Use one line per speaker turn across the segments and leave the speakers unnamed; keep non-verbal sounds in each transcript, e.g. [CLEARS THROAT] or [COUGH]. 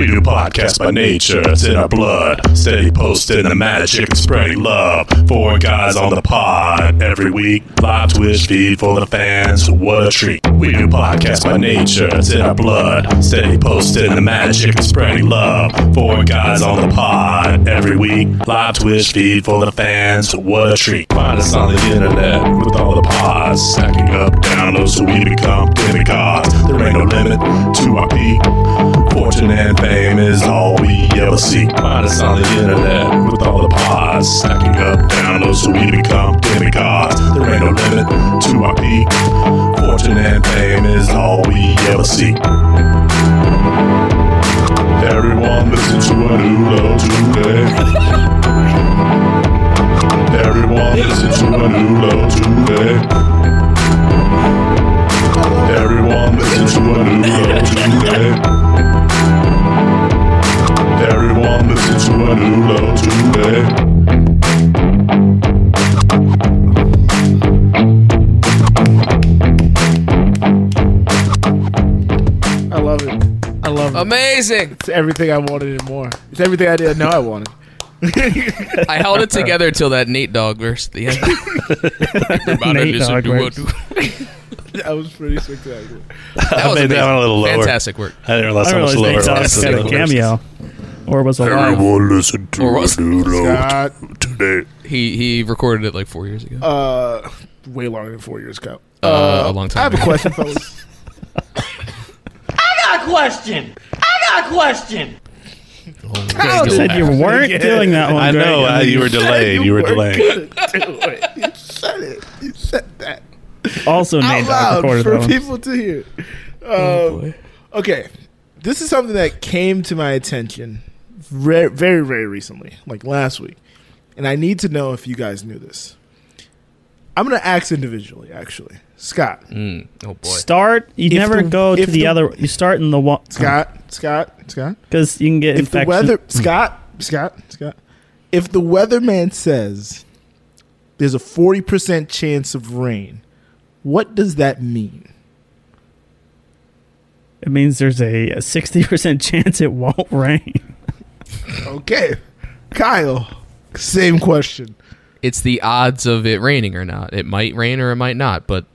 podcast by nature. It's in our blood. Steady posting the magic and spreading love. Four guys on the pod every week. Live Twitch feed for the fans. What a treat. We do podcast by nature. It's in our blood. Steady posting the magic and spreading love. Four guys on the pod every week. Live Twitch feed for the fans. What a treat. Find us on the internet with all the pods. Stacking up downloads so we become demigods. There ain't no limit to our peak. Fortune and fame is all we ever see. Find us on the internet with all the pods. Stacking up downloads so we become demigods. There ain't no limit to our peak. Fortune and fame is all we ever see. Everyone listen to a new low today. Everyone listen to a new low today. Everyone listen to a new low today. Everyone listen to a new low today.
I love it. I love it.
Amazing.
It's everything I wanted and more. It's everything I didn't know I wanted. [LAUGHS]
I held it together till that Nate Dog verse at the end.
[LAUGHS]
Everybody
Nate
just
Dogg
do what
verse.
do-
That was pretty spectacular.
[LAUGHS] That
I
was
made that
amazing.
one a little lower.
Fantastic work.
I didn't realize
I
how much lower
realized Nate
it
Dogg
was.
had a cameo, or was alive.
Everyone listen to
Or
a
was-
new low
Scott,
today.
He he recorded it like four years ago.
uh, way longer than four years ago.
Uh, a long time
I have a
ago.
question, fellas.
I got a question. I got a question.
Gotta go
You said
back.
you weren't doing that one.
I
Greg,
know
and
uh,
then
you were delaying. [LAUGHS] You were delaying.
good at doing it. You said it. You said that
Also, Nate
out
Dogg
loud
recorded
for
that one. Oh,
people to hear. Um, okay, this is something that came to my attention very, very, very recently, like last week, and I need to know if you guys knew this. I'm going to ask individually, actually. Scott,
Mm. Oh boy.
Start. You
If
never
the-
go to
if
the,
the-
other. You start in the one
Scott, Scott, Scott.
because you can get
If
infection.
the weather, Scott, Scott, Scott. Hmm. If the weatherman says there's a 40% chance of rain, what does that mean?
it means there's a sixty percent [LAUGHS] chance it won't rain.
Okay. Kyle, same question.
It's the odds of it raining or not. It might rain or it might not, but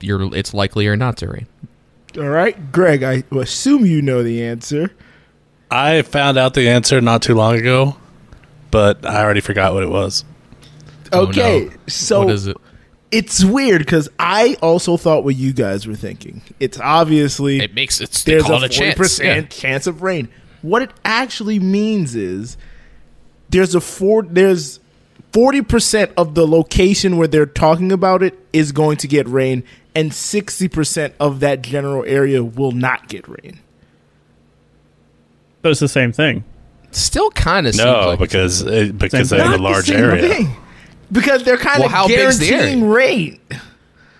you're it's likely or not to rain.
All right. Greg, I assume you know the answer.
I found out the answer not too long ago, but I already forgot what it was.
Oh,
Okay.
no.
So
what is it?
it's weird because I also thought what you guys were thinking. It's obviously.
It makes it. They
there's a
call it a
forty
chance.
percent
Yeah.
chance of rain. What it actually means is there's a four there's forty percent of the location where they're talking about it is going to get rain, and sixty percent of that general area will not get rain.
But it's the same thing.
Still kind of seems
No,
like
because it, because I
thing.
have
Not
a
the
large
same
area.
thing, because they're kind
Well,
of
how big's the area?
guaranteeing rain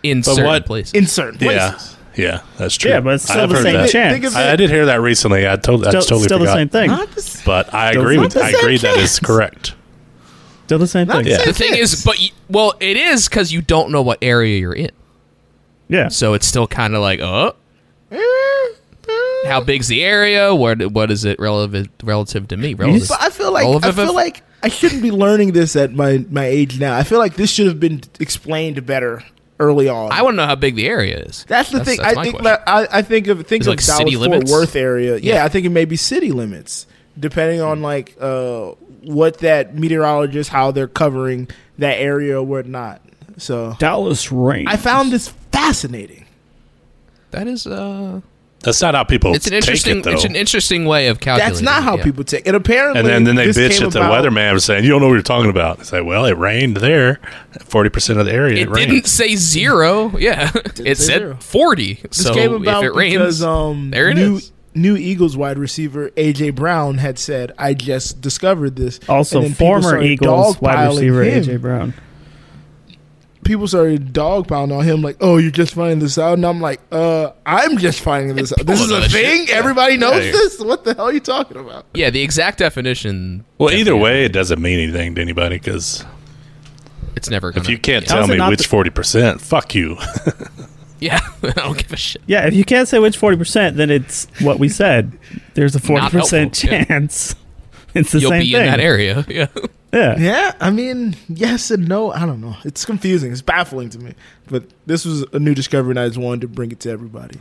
in certain
what-
places.
in certain
Yeah,
places.
yeah, that's true.
Yeah, but it's still
I've
the
heard
same
that.
chance.
Think of
I, I did hear that recently. I, told, I
still
totally
still
forgot.
the same thing.
Not the same.
But I agree
Not
with
the
I
same
agree that is
chance.
correct.
Still the same
Not
thing.
the same.
the thing is, but you, well, it is because you don't know what area you're in,
Yeah.
so it's still kind of like, oh,
Eh,
how big's the area? What what is it relative relative to me? Relative.
But I feel like
All of
I
it-
feel like I shouldn't be learning this at my my age now. I feel like this should have been explained better early on.
I want to know how big the area is.
that's the thing.
that's
I
my
think
question.
that I, I think of think
Is
of
it like
Dallas
city
Fort
limits?
Worth area. Yeah.
Yeah. Hmm.
I think it may be city limits, depending on like uh, what that meteorologist how they're covering that area or whatnot. So
Dallas rain.
I found this fascinating.
that is uh,
That's not how people.
it's an interesting
Take it, though.
it's an interesting way of calculating.
That's not how
yeah.
people take it. Apparently,
and then, then they
this
bitch
came
at the
about-
weatherman for saying you don't know what you're talking about. It's like, well, it rained there, forty percent of the area. It,
It
rained.
didn't say zero. Yeah, it
say
said
zero.
forty.
This
so
came about
if it rains,
because um,
there it
new,
is.
new Eagles wide receiver AJ Brown had said, "I just discovered this."
also
And then people
former
started
Eagles wide
dogpiling
receiver
him.
AJ Brown.
People started dogpiling on him, like, "Oh, you're just finding this out," and I'm like, "Uh, I'm just finding this out. This
People
is
know
a
that
thing.
shit. Yeah.
Everybody knows
Yeah.
this. What the hell are you talking about?"
yeah, the exact definition.
Well, either
definitely,
way, it doesn't mean anything to anybody because
it's never. Gonna,
if you can't
How's
tell
it
me
not
which
the-
forty percent, fuck you.
Yeah, [LAUGHS] I don't give a shit.
Yeah, if you can't say which 40%, then it's what we said.
[LAUGHS]
There's a 40%
helpful, yeah.
chance. [LAUGHS] It's the
You'll
same
be
thing.
in that area. [LAUGHS] Yeah.
Yeah.
Yeah, I mean, yes and no. I don't know. It's confusing. It's baffling to me. But this was a new discovery, and I just wanted to bring it to everybody.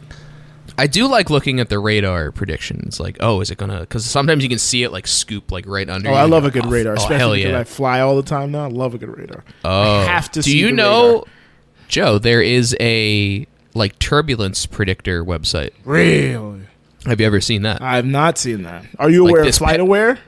I do like looking at the radar predictions. Like, oh, is it gonna? Because sometimes you can see it like scoop like right under.
Oh,
you
I
and
love
go,
a good
oh,
radar,
Oh,
especially
hell
because
yeah!
I fly all the time now. I love a good radar.
oh,
I have to.
Do
see
you
the
know, Joe? There is a like turbulence predictor website.
radar. Really,
Have you ever seen that?
I have not seen that. Are you aware of
this
flight
pe-
aware?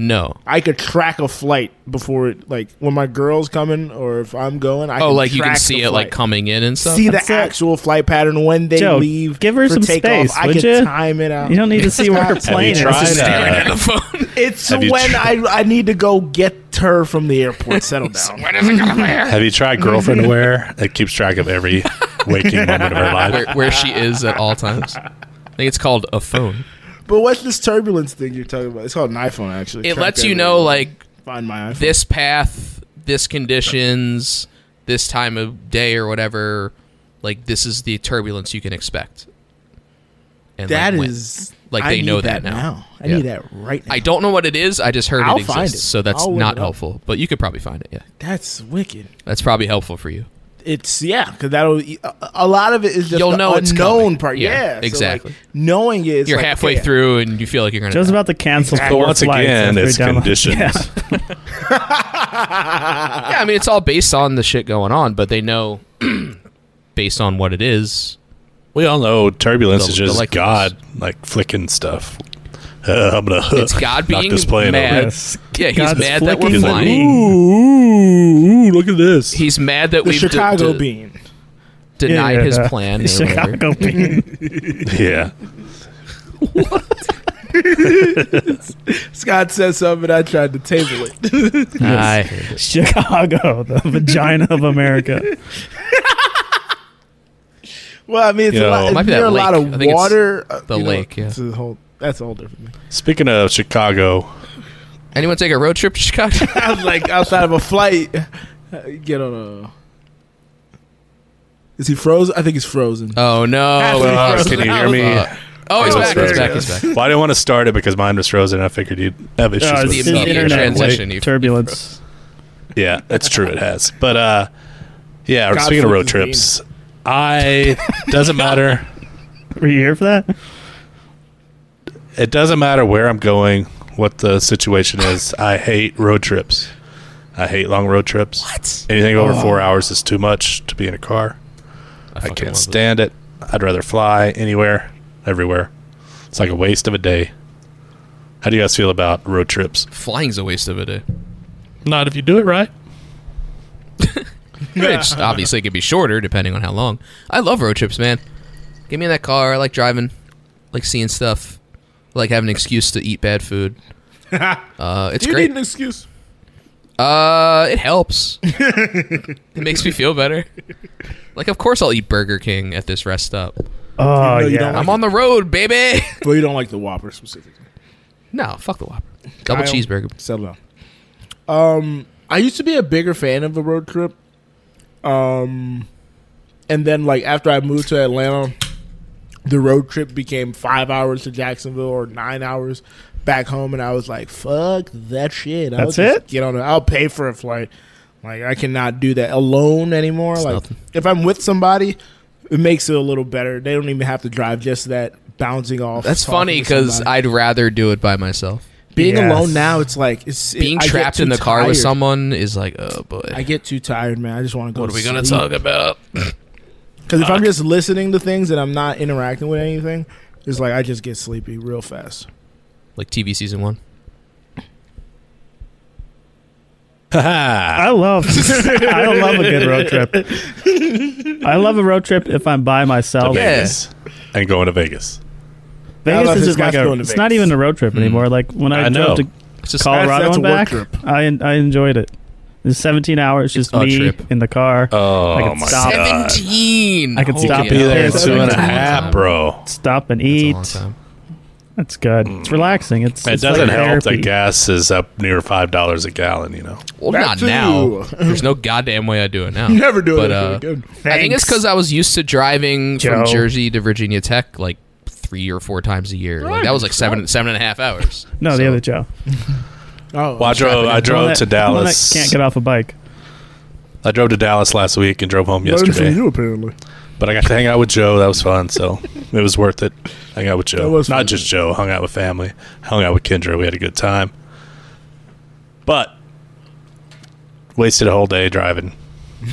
no.
I could track a flight before it, like when my girl's coming or if I'm going. I
Oh,
can
like you can
track
see
the
it like
flight.
coming in and stuff.
See the
That's it.
actual flight pattern when they
Joe,
leave.
give her
for
some
takeoff.
space,
I
would
could
ya?
time it out.
You don't need to see where her
Have you
plane is.
tried
It's just-
that?
staring at the phone. [LAUGHS]
It's
Have you
when
tried-
I I need to go get her from the airport.
[LAUGHS]
Settle down.
when is it gonna land?
Have you tried girlfriend aware? It keeps track of every waking moment of her
where,
life.
where she is at all times. I think it's called a phone.
but what's this turbulence thing you're talking about? It's called an iPhone actually.
It
Track
lets you
everything.
know like
find my iPhone.
this path, this conditions, this time of day or whatever, like this is the turbulence you can expect. And
That
like, when.
is
Like,
I
they
need
know that now.
I
Yeah.
need that right now.
I don't know what it is. I just heard
I'll
it exists,
find it.
so that's
I'll look
not
it up.
helpful. But you could probably find it. Yeah,
That's wicked.
that's probably helpful for you.
It's yeah, because that'll a, a lot of it is just
You'll
the
know it's
unknown
coming.
part.
Yeah,
Yeah, so, like,
exactly.
knowing it, it's
You're
like,
halfway
okay,
through and you feel like you're gonna.
Joe's
die.
about to cancel
But
four
once
flights
again,
after
it's
we're done with-
conditions.
Yeah.
[LAUGHS]
yeah, I mean, it's all based on the shit going on, but they know [CLEARS THROAT] based on what it is.
We all know turbulence
The-
is
the
just
like-
God like flicking stuff. [LAUGHS] Uh, I'm gonna.
It's
[LAUGHS]
God
knock
being
this plane
mad.
Over.
Yes.
Yeah, he's
God's
mad that we're
flicking the
flying.
beam.
Ooh, ooh, look at this.
He's mad that
the
we've de-
Chicago
de-
beam.
denied
Yeah,
his
uh,
plan. or whatever. [LAUGHS]
Chicago beam.
[LAUGHS] yeah,
Scott said something, I tried to table it. [LAUGHS]
I-
Chicago, the vagina of America.
Well, I mean, it's
Yo.
a lot.
It
might
It's
be
near
that
a lot
lake.
of
I think it's
water. uh,
the
you know,
lake, yeah.
it's a whole, that's a whole different thing. [LAUGHS]
Speaking of Chicago,
anyone take a road trip
[LAUGHS]
to Chicago?
I was like outside of a flight. [LAUGHS] uh, Get on a. Is he frozen? I think he's frozen.
oh no!
Halfway
Oh, [LAUGHS]
frozen.
can you
I
hear
was
me?
Uh, oh, he's
It was
back! He's
frozen.
back! He's back!
Well, I didn't want to start it because mine was frozen. I figured you'd have issues
Oh,
with stuff.
it's
the
his
immediate
internet
transition.
like,
You-
turbulence.
Yeah, that's true. It has. But uh, yeah.
God
speaking of road
flicking the
trips, I doesn't matter.
Were you here for that?
It doesn't matter where I'm going, what the situation is. I hate road trips. I hate long road trips.
What? Oh.
Anything over four hours is too much to be in a car. I
fucking love
can't
it.
stand it. I'd rather fly anywhere, everywhere. It's like a waste of a day. How do you guys feel about road trips?
Flying's a waste of a day.
Not if you do it right.
[LAUGHS] Which obviously could be shorter depending on how long. I love road trips, man. Get me in that car. I like driving, like seeing stuff, like having an excuse to eat
[LAUGHS]
bad food. Uh, it's
Do you
great.
need an excuse?
Uh, it
[LAUGHS]
helps. it makes me feel better. Like, of course, I'll eat Burger King at this rest stop.
Oh,
know you don't
yeah.
I'm on the road, baby. [LAUGHS]
Well, you don't like the Whopper specifically.
no, fuck the Whopper. Double
Kyle.
cheeseburger.
Settle down. Um, I used to be a bigger fan of a road trip. Um, and then like after I moved to Atlanta, the road trip became five hours to Jacksonville or nine hours back home, and I was like, "Fuck that shit." I'll
That's
just
it?
Get on it. I'll pay for a flight. Like I cannot do that alone anymore. like
nothing.
if I'm with somebody, it makes it a little better. They don't even have to drive. Just that bouncing off.
That's
talking
funny
to
because
somebody
I'd rather do it by myself.
being
Yes.
alone now it's like it's it-
Being
I get
trapped
too
in the car with
tired.
someone is like, oh boy.
i get too tired man i just want to go
what are we gonna
[LAUGHS]
talk about?
because if i'm just listening to things and i'm not interacting with anything it's like i just get sleepy real fast
Like TV season one.
Haha.
I love I love a good road trip. I love a road trip if I'm by myself.
Yeah.
Vegas. And going to Vegas.
I love
Vegas Hmm. is
his
just like
guys
a,
going to
it's
Vegas.
not even a road trip anymore. Like when I,
I know.
drove to
It's just
Colorado
that's a
and
work
back,
trip.
I I enjoyed it. It was 17 hours, just
a
me
trip. Uh,
in the car.
Oh
I could
my
stop.
god!
seventeen.
I could
Holy
stop
hell.
Be there in
Yeah,
two and a
that's a long
half, bro.
Stop and
That's a
eat.
long time. Hmm.
That's good. It's relaxing. It's
It
it's
doesn't
like
help that
therapy.
gas is up near five dollars a gallon. You know,
Well,
That
not
too.
now. There's no goddamn way I do
[LAUGHS]
it
[LAUGHS]
now.
Never do it.
But,
That's
uh,
really good.
I think it's because I was used to driving
Joe.
from Jersey to Virginia Tech like three or four times a year. Like, that was like seven seven and a half hours.
No, the
So-
other Joe.
Oh,
well, I drove. I
The one
drove
that-
to
the one that
Dallas.
Can't get off a bike.
I drove to Dallas last week and drove home
learned from
yesterday.
you apparently.
But I got to hang out with Joe. That was fun. So it was worth it. Hang out with Joe.
That was
Not
fun.
just Joe. Hung out with family. Hung out with Kendra. We had a good time. But wasted a whole day
[LAUGHS]
driving.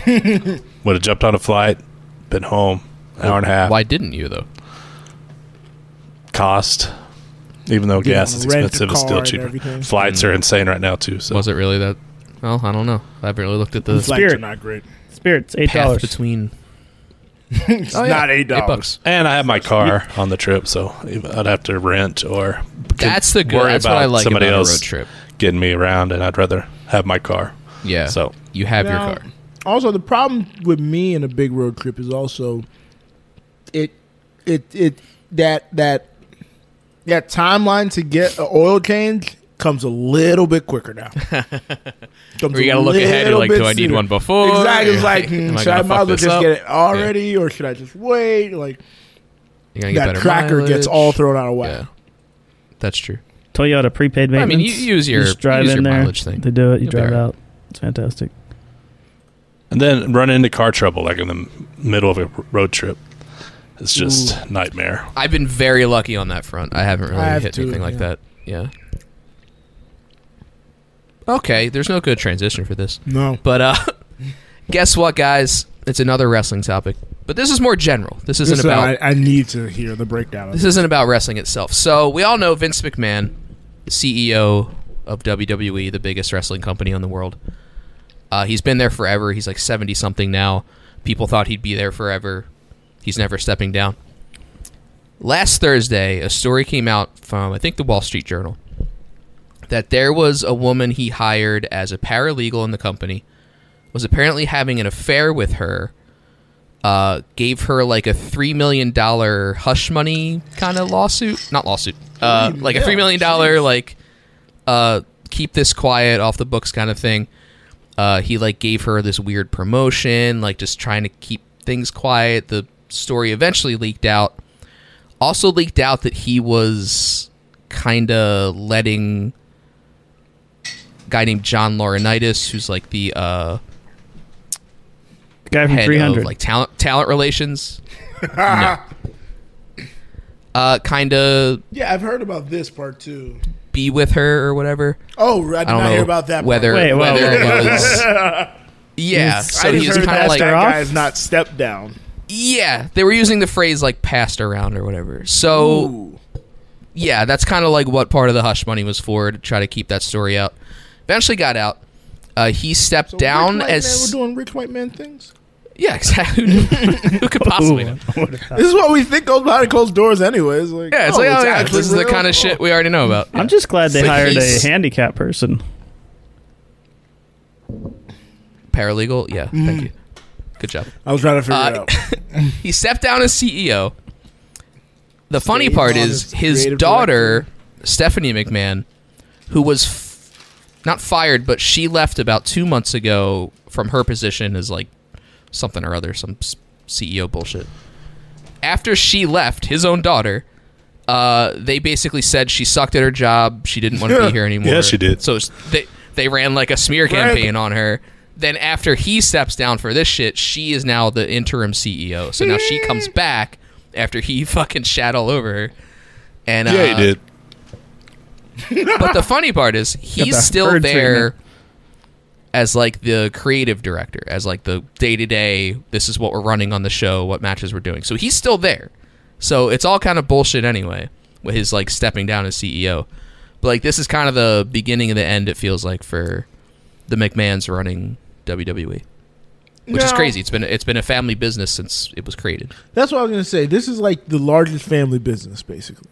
Would have jumped on a flight. Been home an hour and a half.
Why didn't you though?
cost. Even though gas is
rent a
expensive, it's
car
still
and
cheaper.
everything.
Flights are insane right now too. So
Was it really that? Well, I don't know. I haven't really looked at the
Spirit.
Flights are not great.
Spirits eight
path
dollars.
between.
It's not eight
Eight
dollars.
bucks.
And I have my car on the trip, so I'd have to rent or could
That's the good.
worry
That's what I like
somebody
about
else
a road trip.
getting me around, and I'd rather have my car.
Yeah.
So
you have
Now,
your car.
Also, the problem with me in a big road trip is also it it it that that that timeline to get an oil change comes a little bit quicker
[LAUGHS]
now. Comes
Or you
a
gotta look ahead. You're
little
like, do
bit
I need
sooner.
one before?
Exactly.
Or
It's
[LAUGHS]
like,
am
hmm,
I
should I
gonna
might
fuck
as well
this
just
up?
get it already, or should I just wait? Like
You're gonna get
that
better
cracker gets
mileage.
all thrown out of whack.
Yeah. That's true.
Toyota prepaid
I
maintenance.
mean, you use your-
you just drive
use
in
your
there.
mileage thing.
They do it. You
You'll be
drive
all right.
out. It's fantastic.
and then run into car trouble like in the middle of a r- road trip. It's just nightmare.
I've been very lucky on that front. I haven't really
I have
hit
too,
anything like
yeah.
that. Yeah. Okay, there's no good transition for this.
No,
But uh [LAUGHS] guess what guys? It's another wrestling topic. But this is more general. This isn't
Listen,
about
I, I need to hear the breakdown. Of
this isn't about wrestling itself. So we all know Vince McMahon, CEO of WWE, the biggest wrestling company in the world. Uh, he's been there forever. He's like seventy something now. People thought he'd be there forever. He's never stepping down. Last Thursday, a story came out from I think the Wall Street Journal that there was a woman he hired as a paralegal in the company was apparently having an affair with her uh, gave her like a three million dollar hush money kind of lawsuit, not lawsuit, uh,
Three
like a three million dollar like uh, keep this quiet off the books kind of thing. Uh, he like gave her this weird promotion, like just trying to keep things quiet. The story eventually leaked out. Also leaked out that he was kind of letting a guy named John Laurinaitis, who's like the uh,
The guy from
head
three
of
hundred.
like talent talent relations.
[LAUGHS]
no. Uh, kind of
yeah, I've heard about this part too.
be with her or whatever.
Oh, I did
I don't
not
know
hear about that. part.
whether
Wait, whoa,
whether
whoa,
it was.
[LAUGHS]
Yeah, so
I just
he was
heard
kind
that
of like
that
off.
guy is not stepped down.
yeah, they were using the phrase like passed around or whatever. So yeah, that's kind of like what part of the hush money was for to try to keep that story out. Eventually got out. Uh, he stepped
So
down
Rich White man,
as
we're doing rich white man things.
[LAUGHS] yeah, exactly. [LAUGHS] Who could possibly know?
This is what we think goes behind closed doors, anyways. Like,
Yeah, it's
oh,
like oh yeah,
actually
this is the
real?
kind
Oh.
of shit we already know about.
[LAUGHS] I'm just glad they
But
hired a
he's-
handicap person.
paralegal. Yeah, thank
Mm-hmm.
you. Good job.
I was trying to figure it
Uh,
out. [LAUGHS]
He stepped down as CEO. The funny part
on
is
as
his
creative
daughter, Stephanie McMahon, who was f- not fired, but she left about two months ago from her position as like something or other, some s- CEO bullshit. After she left, his own daughter, uh, they basically said she sucked at her job. She didn't want
[LAUGHS]
to be here anymore.
Yeah, she did.
So it's- they they ran like a smear campaign on her. Then after he steps down for this shit, she is now the interim CEO. So now she comes back after he [LAUGHS] fucking shat all over her. And
yeah,
uh,
he did.
[LAUGHS] But the funny part is he's
the
still
bird
there
treatment.
as like the creative director, as like the day to day. This is what we're running on the show, what matches we're doing. So he's still there. So it's all kind of bullshit anyway with his like stepping down as E CEO. But like this is kind of the beginning of the end. It feels like for the McMahon's running WWE, which is
No.
crazy. It's been it's been a family business since it was created.
That's what I was gonna say. This is like the largest family business, basically.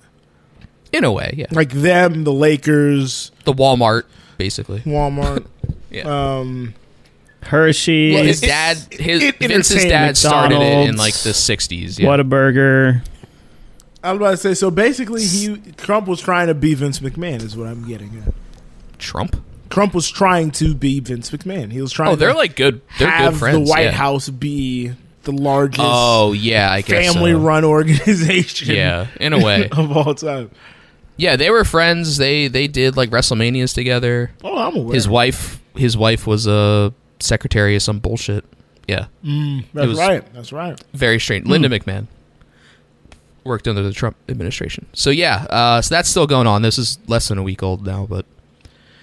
In a way, yeah.
Like them, the Lakers,
The Walmart, basically.
Walmart.
[LAUGHS] Yeah.
Um,
Hershey,
Well, his
It's-
dad, his
it
Vince's
entertained
dad started it in
McDonald's.
like the '60s. Yeah.
Whataburger,
I was about to say. So basically, he Trump was trying to be Vince McMahon, is what I'm getting at.
Trump.
Trump was trying to be Vince McMahon. He was trying.
Oh, they're
to
like good. They're
have
good friends.
the White
yeah.
House be the largest
Oh yeah, I guess so.
family-run organization.
Yeah, in a way.
[LAUGHS] of all time.
Yeah, they were friends. They they did like WrestleManias together.
Oh, I'm aware.
His wife, his wife was a secretary of some bullshit. Yeah,
That's
was-
right. That's right.
very strange. Linda
Hmm.
McMahon worked under the Trump administration. So yeah, uh, so that's still going on. This is less than a week old now, but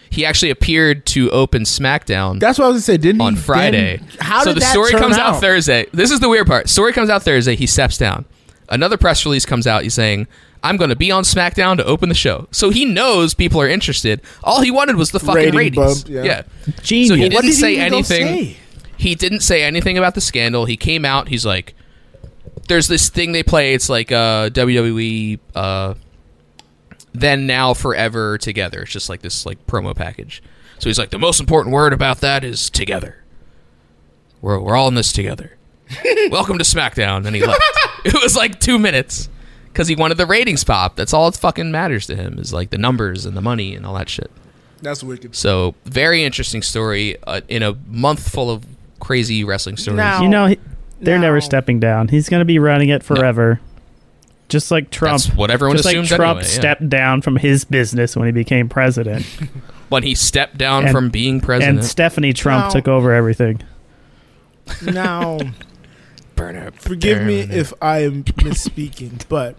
he actually appeared to open SmackDown
That's what I was gonna say. Didn't
on
he then-
Friday.
how
so
did
the
that
story
turn
comes
out?
out Thursday. This is the weird part. Story comes out Thursday. He steps down. Another press release comes out. He's saying, "I'm going to be on SmackDown to open the show." So he knows people are interested. All he wanted was the fucking
Rating
ratings.
bump, yeah.
Genius.
So he
What
didn't
did he
say
even go
anything.
say?
He didn't say anything about the scandal. He came out. He's like, "There's this thing they play. It's like uh, WWE." Uh, then now forever together it's just like this like promo package so he's like the most important word about that is together we're, we're all in
[LAUGHS]
this together welcome to smackdown and he left it was like two minutes because he wanted the ratings pop that's all that fucking matters to him is like the numbers and the money and all that shit
That's wicked.
so very interesting story uh, in a month full of crazy wrestling stories
Now-
You know, he, they're
No.
never stepping down. He's going to be running it forever. Just like Trump.
That's what everyone
Just like
assumes
Trump
anyway, yeah.
stepped down from his business when he became president.
when he stepped down
And-
from being president
and Stephanie Trump
No.
took over everything.
Now,
[LAUGHS] Burn up,
forgive me
burn up.
if I am misspeaking, but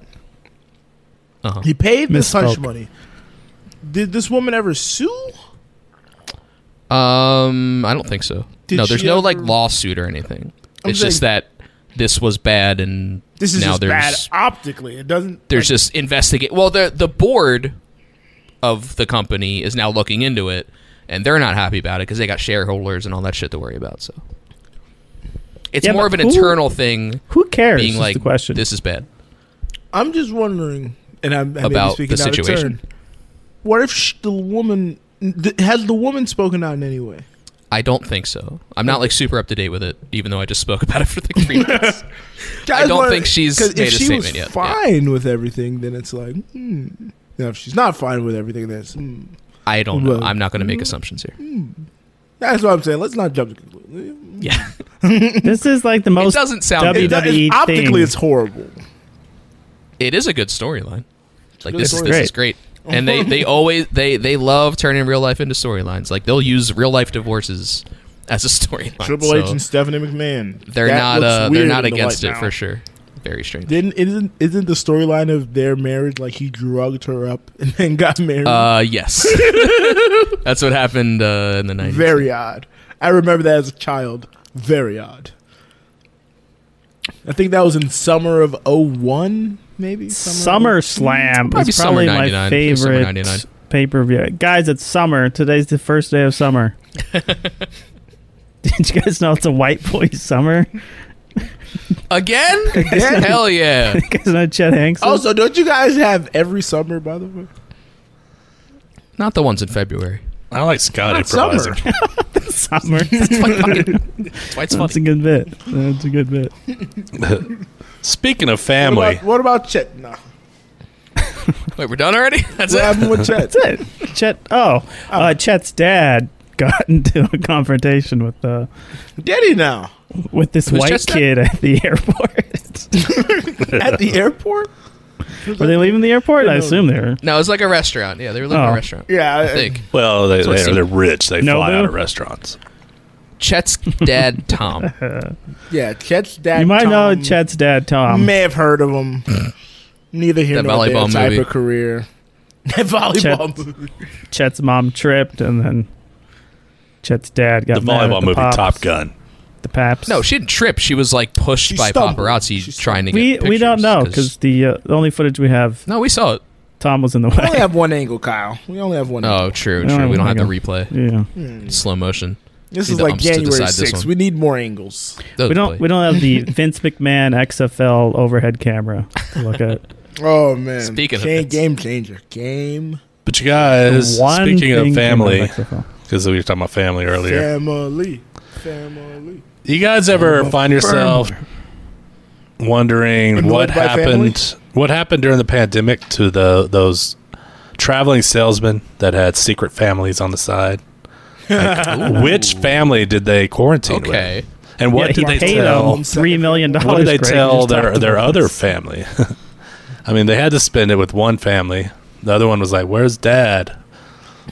Uh-huh.
he paid this hush
Misspoke.
money. Did this woman ever sue?
Um, I don't think so.
Did
no, there's
she
no
ever-
like lawsuit or anything.
I'm
it's just
saying-
that this was bad, and
This is
now
just bad
there's
optically. It doesn't.
there's just investigate. Well, the the board of the company is now looking into it, and they're not happy about it because they got shareholders and all that shit to worry about. So it's
Yeah,
more of
but
an
who-
internal thing,
Who cares?
being
is
like,
the question.
"This is bad."
I'm just wondering, and I'm I may be
About
speaking
the
out of
situation.
turn. What if sh- the woman th- has the woman spoken out in any way?
I don't think so. I'm not like super up to date with it, even though I just spoke [LAUGHS] about it for like three
[LAUGHS]
minutes.
I
don't think she's
If
made a
she was
statement yet, yeah.
fine with everything, then it's like, hmm. Now, if she's not fine with everything, then it's, hmm.
I don't know.
Well- mm-hmm.
I'm not going to make assumptions here.
that's what I'm saying. Let's not jump to conclusions.
Yeah,
This is like the
[LAUGHS] it
most.
doesn't sound
W-
good.
It, does-
WWE
it's- optically,
thing.
it's horrible.
it is a good storyline. Like
good
this, is
story.
this is great. And they, they always they they love turning real life into storylines. Like they'll use real life divorces as a storyline.
Triple
so
H and Stephanie McMahon.
they're
That
not
looks
uh,
weird
they're not
in the
against
light
it
now.
for sure. Very strange.
Didn't isn't isn't the storyline of their marriage like he drugged her up and [LAUGHS] then got married?
Uh
[LAUGHS]
yes, that's what happened uh, in the nineties.
Very odd. I remember that as a child. Very odd. I think that was in summer of 01, maybe?
Summer
of-
Slam
Probably
is probably
Summer 99,
my
maybe Summer
favorite
99.
pay per view. Guys, it's summer. Today's the first day of
[LAUGHS]
summer. Did you guys know it's a white boy summer? [LAUGHS] You
again. Hell yeah!
guys know Chet Hanks?
Oh,
is?
Also, don't you guys have every summer, by the way?
Not the ones in February.
I like Scott
Not
improvising.
[LAUGHS]
[LAUGHS]
summer.
It's like fucking-
[LAUGHS]
that's why
That's
it's
a
funny.
good bit. That's a good bit.
Speaking of
What
family,
about, what about Chet? Nah.
Wait, we're done already. [LAUGHS] That's
What
it.
happened with [LAUGHS] Chet?
That's it. Chet. Oh, uh, Chet's dad got [LAUGHS] into a confrontation with uh,
Did he now?
with this
Who's
white
Chet's dad?
kid at the [LAUGHS] airport.
At the airport?
Were they leaving the airport? I assume they were.
No, it's like a restaurant. Yeah, they were living in
Oh.
a restaurant.
Yeah.
I think.
well, they,
So it's
they're,
the-
they're rich. They
No,
fly
no.
out of restaurants.
[LAUGHS]
Chet's dad, Tom.
Yeah, Chet's dad.
You might know
Tom,
Chet's dad, Tom.
May have heard of him. Neither here
That
nor there.
volleyball
Type
movie.
of [LAUGHS] career. That volleyball
Chet-
movie.
Chet's mom tripped, and then Chet's dad got
The
mad at
volleyball
the
movie
pops,
Top Gun.
The paps.
No, she didn't trip. She was like pushed
She
by
stumbled.
paparazzi
She
trying to get.
we
pictures,
we don't know because the uh, the only footage we have,
no, we saw it.
Tom was in the
We only
way.
have one angle, Kyle. We only have one. angle.
Oh, true,
We
true.
don't
we don't have
have
the
a-
replay.
[LAUGHS] Yeah,
Slow motion.
This
Need
is
the
like
umps to
January
decide this
6th.
one.
We need more angles.
Those
we don't
play.
we don't have the [LAUGHS] Vince McMahon XFL overhead camera to look at.
Oh man!
Speaking of
Cha-
this.
game changer, game
But you guys,
One
[LAUGHS] speaking
thing
of
came
family,
out of XFL.
because we were talking about family earlier.
family, family.
You guys ever find yourself wondering
Annoyed
what
by family?
happened What happened during the pandemic to the those traveling salesmen that had secret families on the side?
[LAUGHS]
Like, which family did they quarantine with?
Okay.
And what
yeah, he
did they
paid
tell?
them three million dollars.
What did they
Greg,
tell
just
their
talked
their
about
other
this.
family? [LAUGHS] I mean, they had to spend it with one family. The other one was like, "Where's Dad?"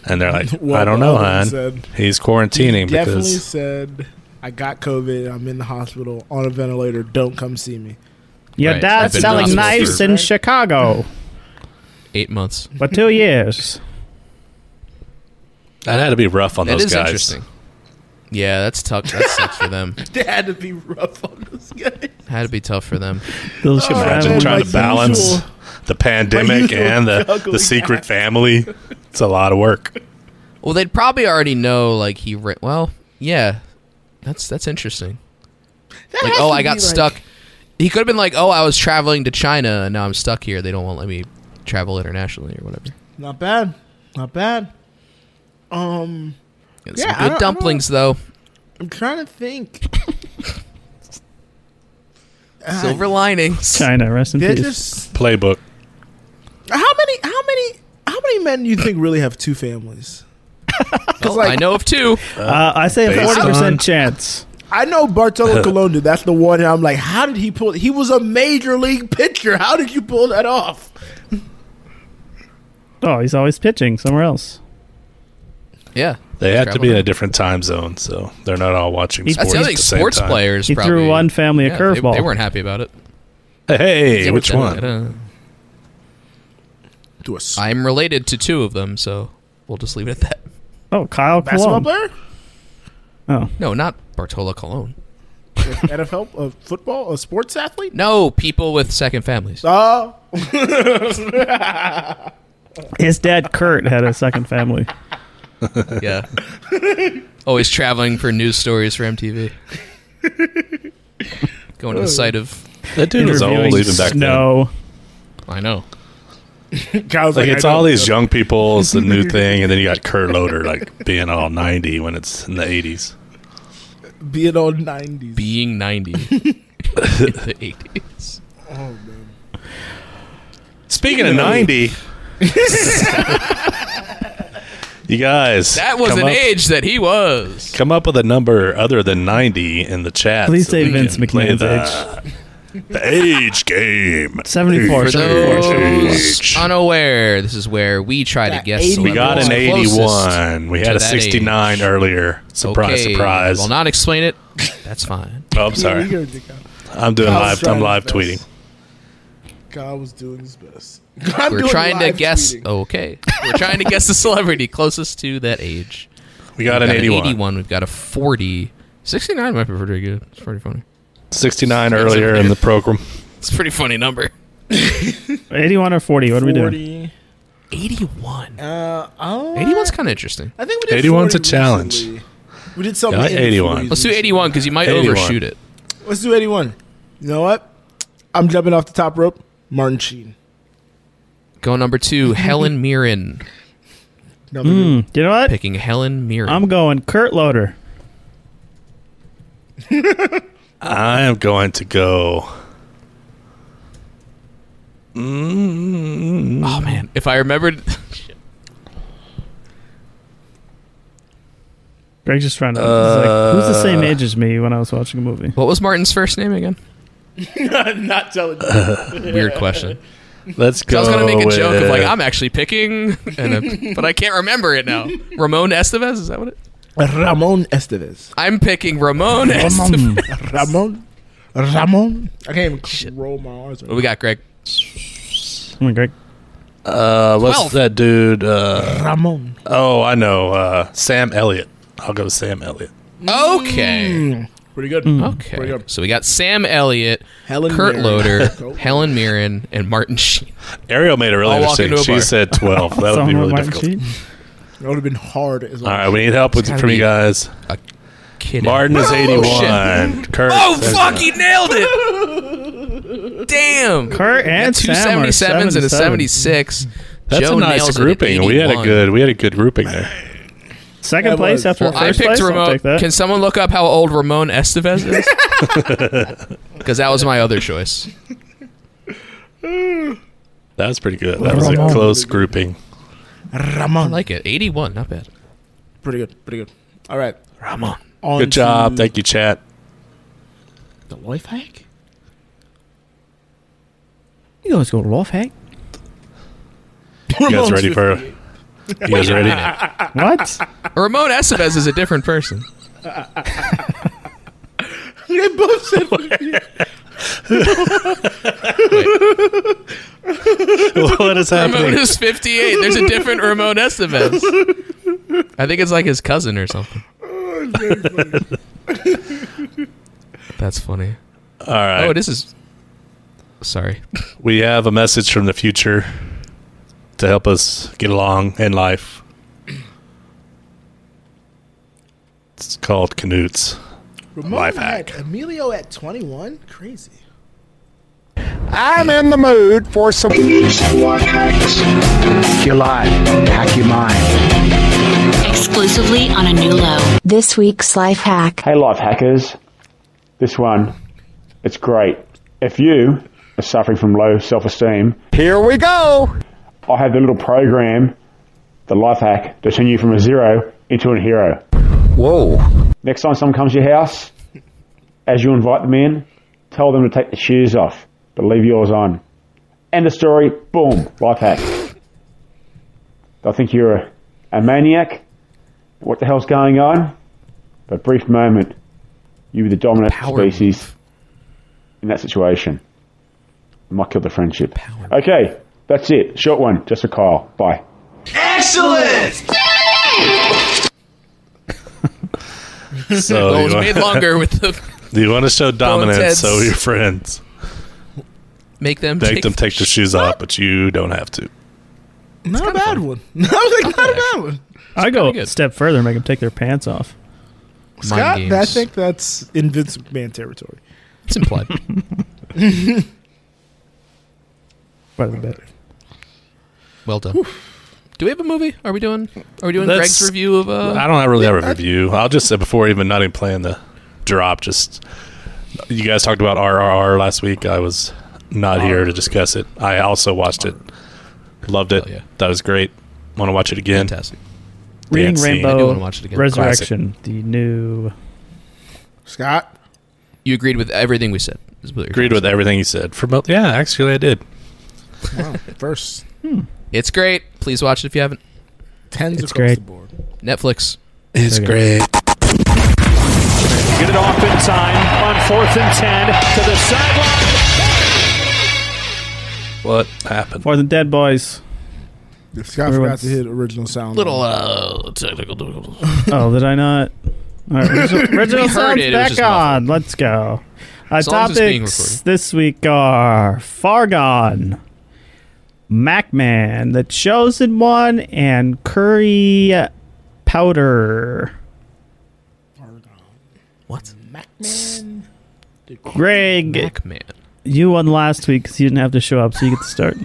And they're like,
[LAUGHS] Well,
"I don't
the
know,
other one
hon.
said-
He's quarantining
Definitely
because
said, I got COVID. I'm in the hospital on a ventilator. Don't come see me. [LAUGHS]
Your
Right, I've
dad's
been
selling
hospital
knives
for-
in Chicago
Eight months.
for two years.
that had to be rough on
That
those
is
guys."
interesting. Yeah, that's tough. That sucks for
[LAUGHS]
them.
They had to be rough on this guy.
Had to be tough for them.
Those
Oh,
Imagine
man,
families-
trying
like
to balance
usual-
the pandemic
usual
and the,
juggling
the secret family. It's a lot of work.
Well, they'd probably already know. Like he. Re- well, yeah. That's that's interesting.
That
Like,
has
oh,
to
I
be
got
like-
stuck. He could have been like, oh, I was traveling to China and now I'm stuck here. They don't want to let me travel internationally or whatever.
Not bad. Not bad. Um,
Yeah,
Yeah, I
some
don't- I
good
don't-
dumplings though.
I'm trying
[LAUGHS]
to think. Ah,
Silver linings.
China, rest in
They're
peace.
just
Playbook.
how many? How many? How many men do you think really have two families?
[LAUGHS] Well,
like-
I know of two.
uh, I say a
Based
forty
on-
percent chance.
I know
[LAUGHS]
Bartolo Colon did. That's the one. I'm like, how did he pull? He was a major league pitcher. How did you pull that off?
Oh, he's always pitching somewhere else.
Yeah.
They have to
Travel
be in a
around.
different time zone, so they're not all watching
That's
sports.
the
at
That's the other thing.
the same
Sports
time.
players
He
probably
threw one family a
yeah, they-
curveball.
They, weren't happy about it.
Hey,
Yeah,
which
but, uh,
one?
uh,
To a s-
I'm related to two of them, so we'll just leave it at that.
oh, Kyle
basketball player,
Cologne. Oh,
No, not Bartolo Colon.
NFL, a football, a
[LAUGHS]
sports athlete.
No, people with second families.
Uh,
his dad Kurt had a second
[LAUGHS]
family.
Yeah. Always traveling for news stories for MTV. Going to the site of.
That dude was old
Interviewing
even back then.
snow.
I know.
Kyle's
Like
I
it's all
know.
these young people, it's the
[LAUGHS]
new thing, and then you got Kurt Loder like being all ninety when it's in the eighties.
being all nineties.
[LAUGHS]
Being 90 in the 80s.
Speaking of
[LAUGHS]
ninety, you guys,
That was
come
an
up,
age that he was.
Come up with a number other than ninety in the chat.
Please
so
say
we
Vince
can play
McMahon's
the, The age game.
74,
Age
For those
age.
unaware, this is where we try to
That
guess.
80
We got an
celebrities closest
81. We
to
had a
that
69
age.
earlier. Surprise,
Okay,
surprise.
Well, not explain it. That's fine.
oh, I'm
Yeah, we
sorry.
gotta dig out.
I'm doing
Kyle's
live.
trying
I'm
his
live
best.
tweeting.
Kyle was doing his best. [LAUGHS] [LAUGHS] I'm
We're
doing
trying to
live
guess.
tweeting.
Okay, we're trying to guess the celebrity closest to that age.
We got,
We've
an 81.
We've got a 40. 69 might be pretty good. It's pretty funny.
69
That's
earlier
okay.
in the program.
It's a pretty funny number.
eighty-one or forty. What are we doing?
40.
81.
Uh, oh,
81's kind of interesting.
I think we did
81's
81's
a challenge.
We did something.
Yeah,
in the
81.
40s.
Let's do 81 because you might
81.
overshoot it.
Let's do 81. You know what? I'm jumping off the top rope. Martin Sheen.
Go number two, Helen Mirren.
Another
Hmm, you know what?
Picking Helen Mirren.
I'm going Kurt Loder.
I am going to go. Mm,
oh, man. If I remembered.
Greg's just trying to. he's
Uh,
like, Who's the same age as me when I was watching a movie?
what was Martin's first name again?
good- I'm not telling you.
[LAUGHS] Weird question.
let's go.
I was gonna make a joke of like
with-
I'm actually picking, and a, but I can't remember it now. Ramon Estevez is that what it?
Ramon Estevez.
I'm picking Ramon Estevez.
Mm.
Ramon. Ramon. I can't even roll my R's.
What we got, Greg?
Come on, Greg.
Uh, what's
12.
that dude? Uh,
Ramon.
oh, I know. Uh, Sam Elliott. I'll go with Sam Elliott.
Okay,
Pretty good.
Hmm.
Pretty
okay.
good.
So we got Sam Elliott,
Helen
Kurt
Mirren. [LAUGHS]
Loder,
Nope.
Helen Mirren, and Martin Sheen.
Ariel made it really
I'll walk
interesting. She
into a bar. [LAUGHS]
said 12. That would be
Someone
really
Martin
difficult.
Sheen?
That would have been hard as
All
well.
right, we need help with,
gotta
from you
be-
guys.
Kidding.
Martin is
Oh,
81. Kurt.
Oh
says-
fuck! He nailed it. Damn.
Kurt and
Two
Sam
seventy
are
sevens and
77.
a seventy six.
That's
Joe
a nice
nails it at
grouping. We had a
81.
good we had a good grouping there.
Second
That
place
was-
after
Well, I
first
picked
place. I'll
Ramon.
take that.
Can someone look up how old
[LAUGHS]
Ramon [LAUGHS] Estevez is? Because that was my other choice.
That was pretty good. That was a close grouping.
I
Ramon.
like it. 81, not bad.
pretty good, pretty good. All right.
Ramon.
On
Good job.
to
Thank you, chat.
the life hack.
You guys got a life hack?
You guys
Ramon's
ready for?
[LAUGHS]
You guys
[LAUGHS]
ready?
What?
Ramon Estevez is a different person.
They both said
[LAUGHS] what is
Ramon
happening?
is 58. There's a different Ramon Estevez. I think it's like his cousin or something. That's funny.
All right. Oh,
Oh, this is. Sorry.
We have a message from the future to help us get along in life. It's called Canutes.
Ramon
Life
had Emilio at 21. Crazy.
I'm in the mood for some. Hack your life, hack your mind.
exclusively on a new low.
This week's life hack.
Hey, life hackers. This one, it's great. If you are suffering from low self esteem,
Here we go.
I have the little program, the life hack, to turn you from a zero into a hero.
Whoa.
Next time someone comes to your house, as you invite them in, tell them to take their shoes off, but leave yours on. End of story, boom, life hack. They'll think you're a, a maniac. What the hell's going on? But brief moment, you were the dominant
Power
species in that situation. It might kill the friendship. Okay, that's it. Short one, just a call. Bye.
So
Well, [LAUGHS] Oh, it was
you
made
want,
longer with the.
you want to show dominance
heads.
over your friends.
Make them
Make
take
them take their shoes off, but you don't have to.
[LAUGHS] Not a bad one. I was like, not a bad one.
I go
good.
a step further and make them take their pants off.
mind
Scott,
games.
I think that's in Vince McMahon territory.
it's implied.
Quite a bit.
Well done. Do we have a movie? Are we doing? Are we doing
That's-
Greg's review of? Uh,
I don't really have a review. I'll just say before even not even playing the drop, just you guys talked about RRR last week. I was not here to discuss it. I also watched it. Loved it.
Hell yeah.
That was great. Want to watch it again.
fantastic.
Reading
Dance scene. I
do
Rainbow
wanna watch it again.
Resurrection, the new.
Scott,
You agreed with everything we said. is what you're
Agreed with everything you said. For both, yeah, actually, I did.
wow, first.
saying. It's great. Please watch it if you haven't.
Tens
It's
across
great.
the board.
Netflix.
It's great.
Get it off in time on fourth and ten to the sideline.
What happened?
More than Dead Boys.
If Scott
Everyone's-
forgot to hit original sound.
Little uh, technical difficulties.
Oh, did I not? All right, original- original
[LAUGHS] We heard
sounds
it, it
back
was just muffled.
on. Let's go. Our
As long as it's being
topics this week are Far Gone, Macman, The Chosen One, and Curry Powder.
What?
Man.
Greg,
Macman.
you won last week because you didn't have to show up, so you get to start.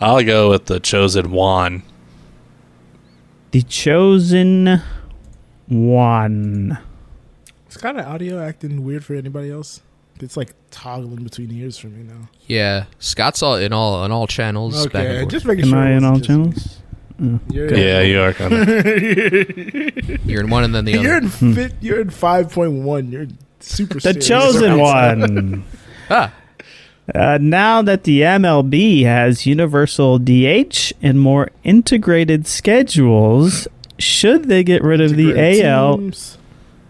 I'll go with the chosen one.
the Chosen One.
Is kind of audio acting weird for anybody else? It's like toggling between ears for me now.
Yeah, Scott's all in all on all channels. back and
Okay,
forth.
just making
Am
sure.
I
it
in all
wasn't just-
channels?
You're,
Yeah, you are [LAUGHS] kind of.
you're in one
[LAUGHS]
and then the
you're
other.
in fit. You're in five point one. You're super.
The Chosen One.
Ah,
Uh, now that the MLB has universal DH and more integrated schedules, should they get rid of the AL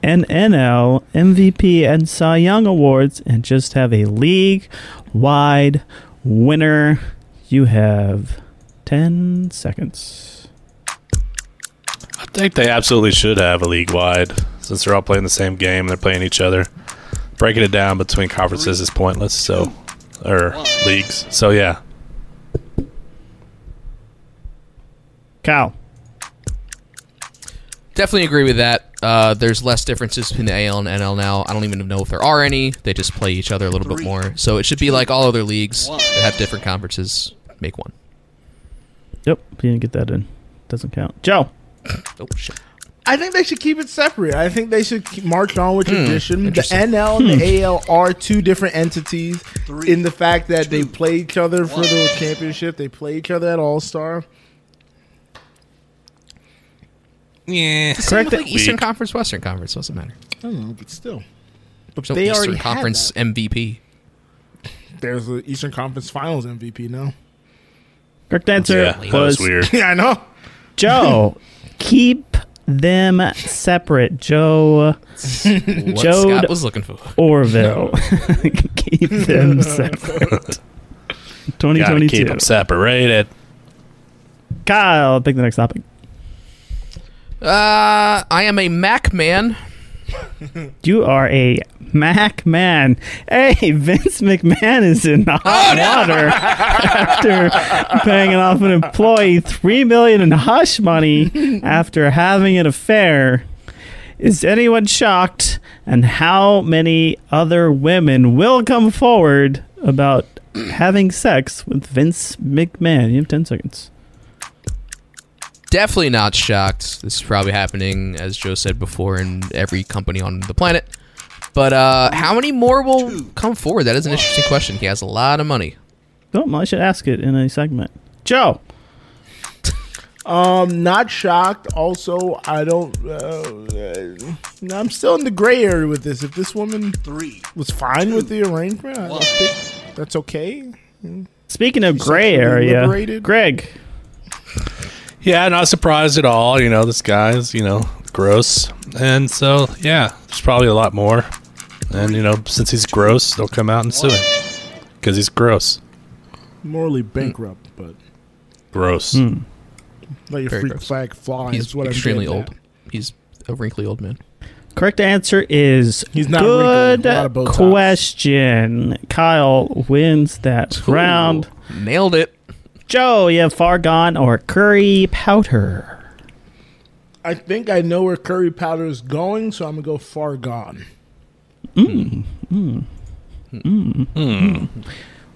and NL MVP and Cy Young awards and just have a league wide winner? You have 10 seconds.
I think they absolutely should have a league wide since they're all playing the same game and they're playing each other. Breaking it down between conferences is pointless, so or leagues. So yeah,
Cal.
definitely agree with that. Uh, there's less differences between the AL and NL now. I don't even know if there are any. They just play each other a little bit more. So it should be like all other leagues that have different conferences. Make one.
Yep, you didn't get that in. Doesn't count. Joe.
Oh shit.
I think they should keep it separate. I think they should keep, march on with tradition. The
interesting.
NL and the AL are two different entities in the fact that they play each other for the championship. They play each other at All Star.
Yeah.
Correct
that-
like Eastern
Weak.
Conference, Western Conference doesn't matter.
I don't know, but still, but
So
they
Eastern
already
Conference
Conference.
MVP.
There's the Eastern Conference Finals MVP now. [LAUGHS]
Correct answer
Yeah, that
was,
was weird. Yeah, I know. [LAUGHS]
Joe, keep them separate. Joe,
What
Joe
Scott was looking for.
Orville, [LAUGHS] keep [LAUGHS] them separate. Twenty
Gotta
twenty
keep
two.
them separated.
Kyle, pick the next topic.
Uh, I am a Mac man.
You are a Mac man. Hey, [LAUGHS] Vince McMahon is in the hot water after paying off an employee three million in hush money after having an affair. Is anyone shocked? And how many other women will come forward about having sex with Vince McMahon? You have ten seconds.
Definitely not shocked. This is probably happening, as Joe said before, in every company on the planet. But uh, how many more will come forward? That is an interesting question. He has a lot of money.
Don't Oh, I should ask it in a segment. Joe.
Um, not shocked. Also, I don't. Uh, uh, I'm still in the gray area with this. If this woman three was fine with the arrangement, I don't think that's okay.
Speaking of gray
sexually
area,
liberated?
Greg.
Yeah, not surprised at all. You know, this guy's, you know, gross. And so, yeah, there's probably a lot more. And, you know, since he's gross, they'll come out and sue him. Because he's gross.
Morally bankrupt, but
Gross.
let your
Very
freak
gross.
flag fly.
He's
is what I'm
extremely
getting
old.
at.
He's a wrinkly old man.
Correct answer is
He's not
good
wrinkled, a lot of Botox.
question. Kyle wins that round.
Nailed it.
Joe, you have far gone or curry powder.
I think I know where curry powder is going, so I'm gonna go far gone.
Hmm.
Mm. Mm. Mm.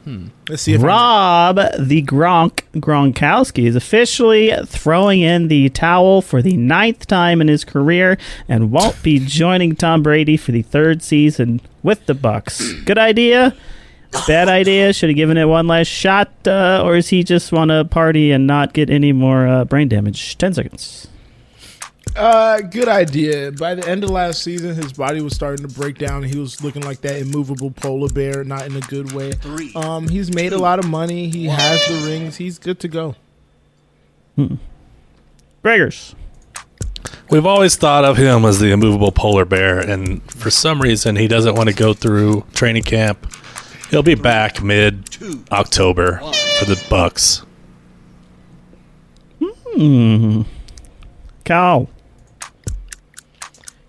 Mm.
Let's see if I-
Rob the Gronk Gronkowski is officially throwing in the towel for the ninth time in his career and won't be joining Tom Brady for the third season with the Bucks. Good idea. Bad idea. Should have given it one last shot, uh, or is he just want to party and not get any more uh, brain damage? Ten seconds.
Uh, good idea. By the end of last season, his body was starting to break down. He was looking like that immovable polar bear, not in a good way. um, he's made a lot of money. He has the rings. He's good to go.
Gregors.
We've always thought of him as the immovable polar bear. And for some reason, he doesn't want to go through training camp. He'll be back mid October for the Bucks.
Hmm. Kyle.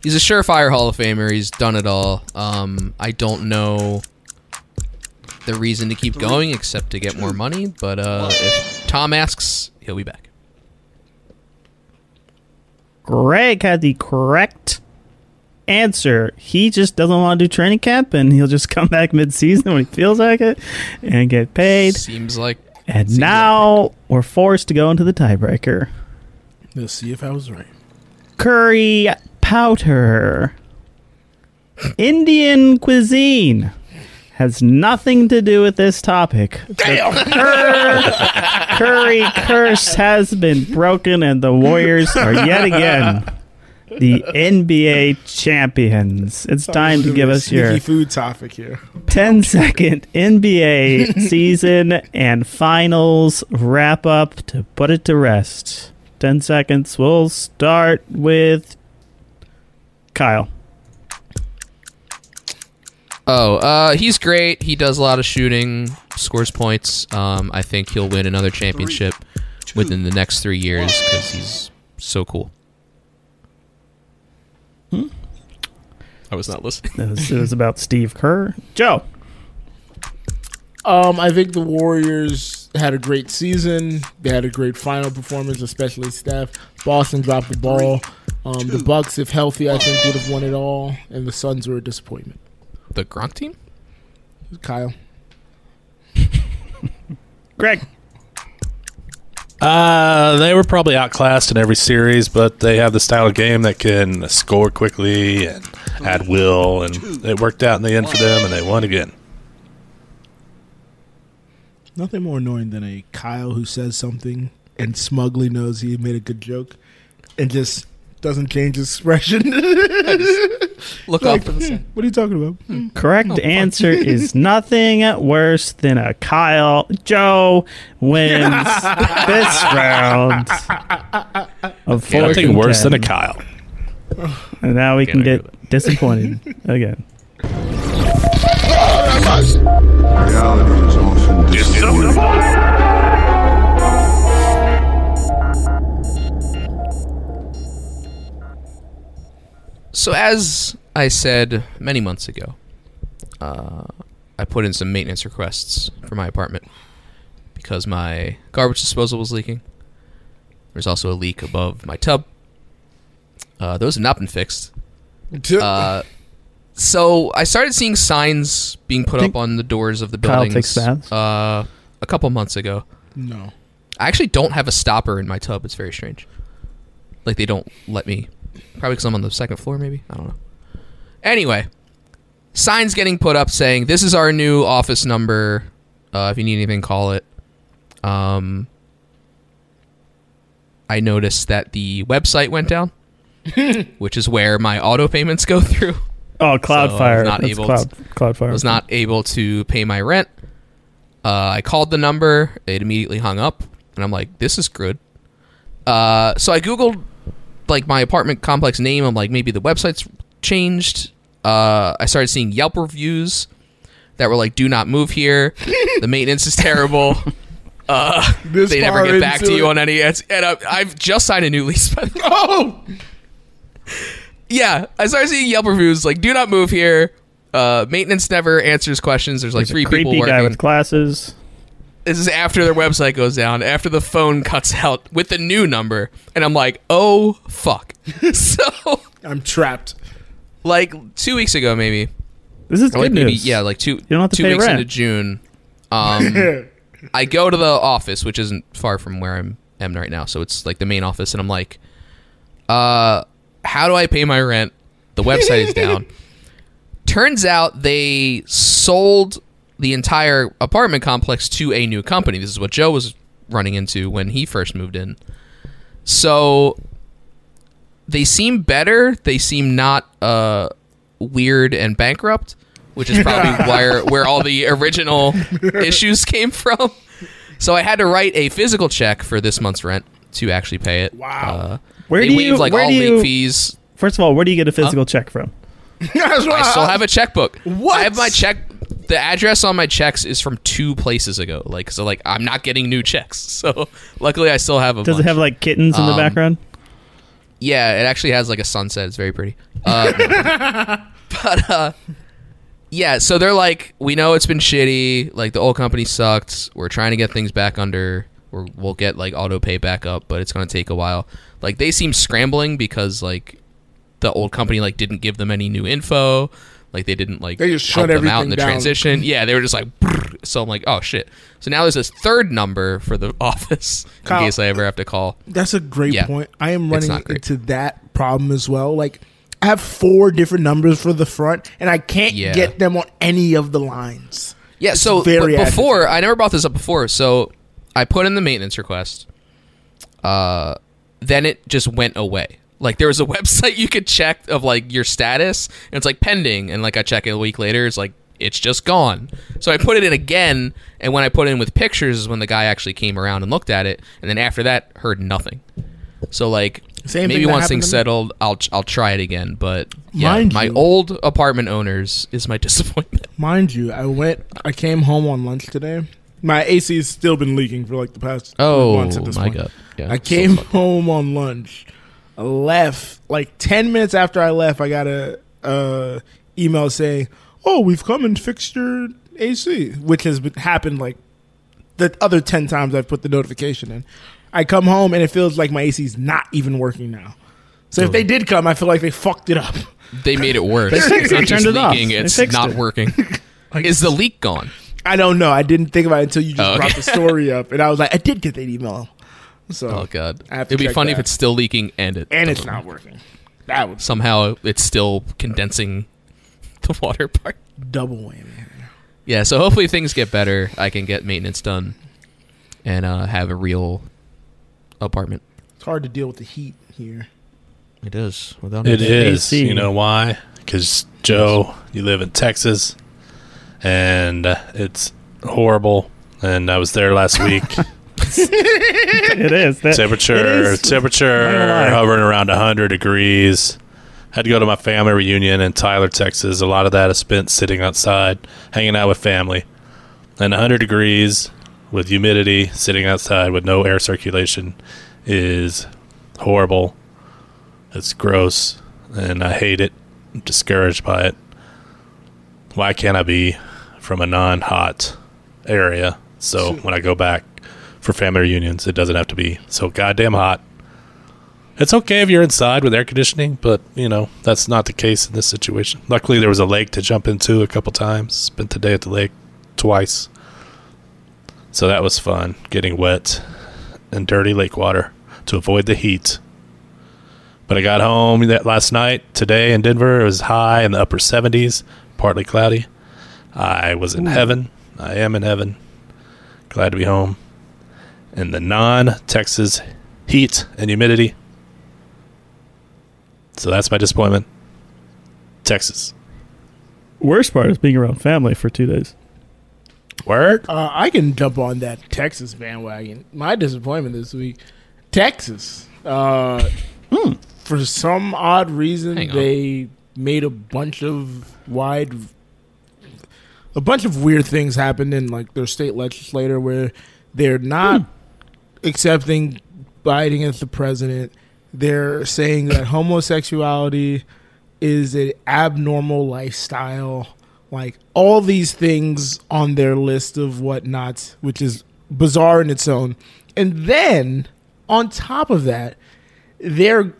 He's a surefire Hall of Famer. He's done it all. Um, I don't know the reason to keep going except to get more money. But uh, if Tom asks, he'll be back.
Greg had the correct answer. He just doesn't want to do training camp and he'll just [LAUGHS] come back mid season when he feels like it and get paid.
Seems like
And now we're forced to go into the tiebreaker.
Let's see if I was right.
Curry powder. Indian cuisine has nothing to do with this topic. Damn. Curry curse has been broken, and the Warriors are yet again the NBA champions. It's time to give us your
Sneaky food topic here.
10 second NBA season and finals wrap up to put it to rest. 10 seconds. We'll start with Kyle.
Oh, uh, he's great. He does a lot of shooting, scores points. Um, I think he'll win another championship within the next three years because he's so cool. I was not listening.
It was, it was about Steve Kerr. Joe.
Um, I think the Warriors had a great season. They had a great final performance, especially Steph. Boston dropped the ball. Um, the Bucks, if healthy, I think would have won it all. And the Suns were a disappointment.
The Gronk team?
Kyle.
Greg.
Uh, they were probably outclassed in every series, but they have the style of game that can score quickly and at will, and it worked out in the end for them, and they won again.
Nothing more annoying than a Kyle who says something and smugly knows he made a good joke and just doesn't change his [LAUGHS] expression.
Look
Like, [LAUGHS]
up and
"Hmm,
say,
what are you talking about?
Correct answer is nothing worse than a Kyle Joe wins this round of four.
Nothing worse than a
contend.
Kyle.
And now we can get disappointed again.
Reality is often distorted.
So, as I said many months ago, uh, I put in some maintenance requests for my apartment because my garbage disposal was leaking. There's also a leak above my tub. Uh, those have not been fixed. Uh, so I started seeing signs being put up on the doors of the
Kyle fixed
buildings
that.
uh, a couple months ago.
No.
I actually don't have a stopper in my tub. It's very strange. Like they don't let me. Probably because I'm on the second floor, maybe. I don't know. Anyway, signs getting put up saying this is our new office number. Uh, if you need anything, call it. Um, I noticed that the website went down, which is where my auto payments go through.
Oh, Cloudfire.
So I was not
That's
able
cloud,
to-
Cloudfire.
was not able to pay my rent. Uh, I called the number. It immediately hung up, and I'm like, "This is good." Uh, so I googled like my apartment complex name. I'm like, maybe the website's changed. Uh, I started seeing Yelp reviews that were like, "Do not move here. The maintenance
[LAUGHS]
is terrible." Uh,
This
they never
far
get back
into
to you
it.
on any. it's- And I, I've just signed a new lease. By the way.
Oh,
Yeah, I started seeing Yelp reviews like, "Do not move here." Uh, maintenance never answers questions. There's like
There's a
three people
creepy
working.
guy with glasses.
this is after their website goes down, after the phone cuts out with the new number, and I'm like, oh fuck. [LAUGHS] so
I'm trapped.
Like two weeks ago, maybe.
This is
Or, like,
good
maybe,
news.
Yeah, like two. You
don't have to
two
pay
weeks
rent.
into June. Um, I go to the office, which isn't far from where I'm am right now, so it's like the main office, and I'm like, uh, how do I pay my rent? The website is down. Turns out they sold the entire apartment complex to a new company. This is what Joe was running into when he first moved in. So they seem better. They seem not uh, weird and bankrupt, which is probably [LAUGHS] where where all the [LAUGHS] original issues came from. So I had to write a physical check for this month's rent to actually pay it. Wow. Uh,
Where
they
do
waived,
you-
like
where
all
do you-
late fees?
First of all, where do you get a physical check from?
I still have a checkbook. What? I have my check. The address on my checks is from two places ago. Like so, like I'm not getting new checks. [LAUGHS] So luckily, I still have a.
Does
bunch.
it have like kittens in the
Um, [LAUGHS]
background?
Yeah, it actually has like a sunset. It's very pretty. Uh,
[LAUGHS]
no. but uh, yeah, so they're like, we know it's been shitty. Like the old company sucked. We're trying to get things back under. We're, we'll get like auto pay back up, but it's gonna take a while. Like they seem scrambling because like the old company like didn't give them any new info. Like they didn't like
They just
help
shut
them out in
everything
the
down.
transition. Yeah, they were just like. "Brrr." So I'm like, oh shit. So now there's this third number for the [LAUGHS] office in
Kyle,
case I ever have to call.
That's a great
Yeah.
point. I am
It's
running
not great.
into that problem as well. Like, I have four different numbers for the front, and I can't
Yeah.
get them on any of the lines.
Yeah,
It's
so
very
but before I never brought this up before, so I put in the maintenance request. Uh then it just went away. Like there was a [LAUGHS] website you could check of like your status and it's like pending and like I check it a week later, it's like it's just gone. So I put it in again and when I put it in with pictures is when the guy actually came around and looked at it and then after that heard nothing. So like
Same
maybe
thing that
once
happened
things
to me.
settled, I'll I'll try it again. But yeah,
Mind
my
you-
old apartment owners is my [LAUGHS] disappointment.
Mind you, I went. I came home on lunch today. My AC has still been leaking for like the past three
Oh,
months at this
my
point.
God. Yeah,
I
so
came home on lunch. I left like ten minutes after I left. I got a uh, email saying, "Oh, we've come and fixed your AC," which has been, happened like the other ten times I've put the notification in. I come home and it feels like my AC is not even working now. So if they did come, I feel like they fucked it up.
They made it worse.
They fixed
it's
it.
not
They
just
turned it off.
leaking,
They
it's
fixed
not
it. [LAUGHS]
working. Is the leak gone?
I don't know. I didn't think about it until you just
Oh, okay. [LAUGHS]
brought the story up, and I was like, I did get that email. So
oh god,
I have to
it'd be
check
funny if
that.
it's still leaking and it
and it's
doesn't
not
work.
working. That would
somehow it's still condensing the water part.
double whammy.
Yeah, so hopefully things get better. I can get maintenance done and uh, have a real apartment.
It's hard to deal with the heat here.
It is without
It
any
is.
AC.
You know why? Because Joe, you live in Texas, and uh, it's horrible. And I was there last week.
it is. That,
temperature,
it is- I'm not
temperature
gonna lie.
hovering around hundred degrees. Had to go to my family reunion in Tyler, Texas. A lot of that is spent sitting outside, hanging out with family, and hundred degrees with humidity, sitting outside with no air circulation is horrible. It's gross, and I hate it. I'm discouraged by it. Why can't I be from a non-hot area? So when I go back for family reunions, it doesn't have to be so goddamn hot. It's okay if you're inside with air conditioning, but you know that's not the case in this situation. Luckily, there was a lake to jump into a couple times. Spent the day at the lake twice, so that was fun. Getting wet and dirty lake water to avoid the heat. But I got home that last night. Today in Denver, it was high in the upper 70s, partly cloudy. I was in heaven. I am in heaven. Glad to be home. And the non-Texas heat and humidity. So that's my disappointment. Texas.
Worst part is being around family for two days.
Word.
Uh, I can jump on that Texas bandwagon. My disappointment this week, Texas. Uh, For some odd reason,
Hmm. Hang on.
they made a bunch of wide, a bunch of weird things happen in like their state legislator where they're not
Hmm.
accepting Biden as the president. They're saying that homosexuality is an abnormal lifestyle. Like all these things on their list of whatnots, which is bizarre in its own. And then on top of that, they're.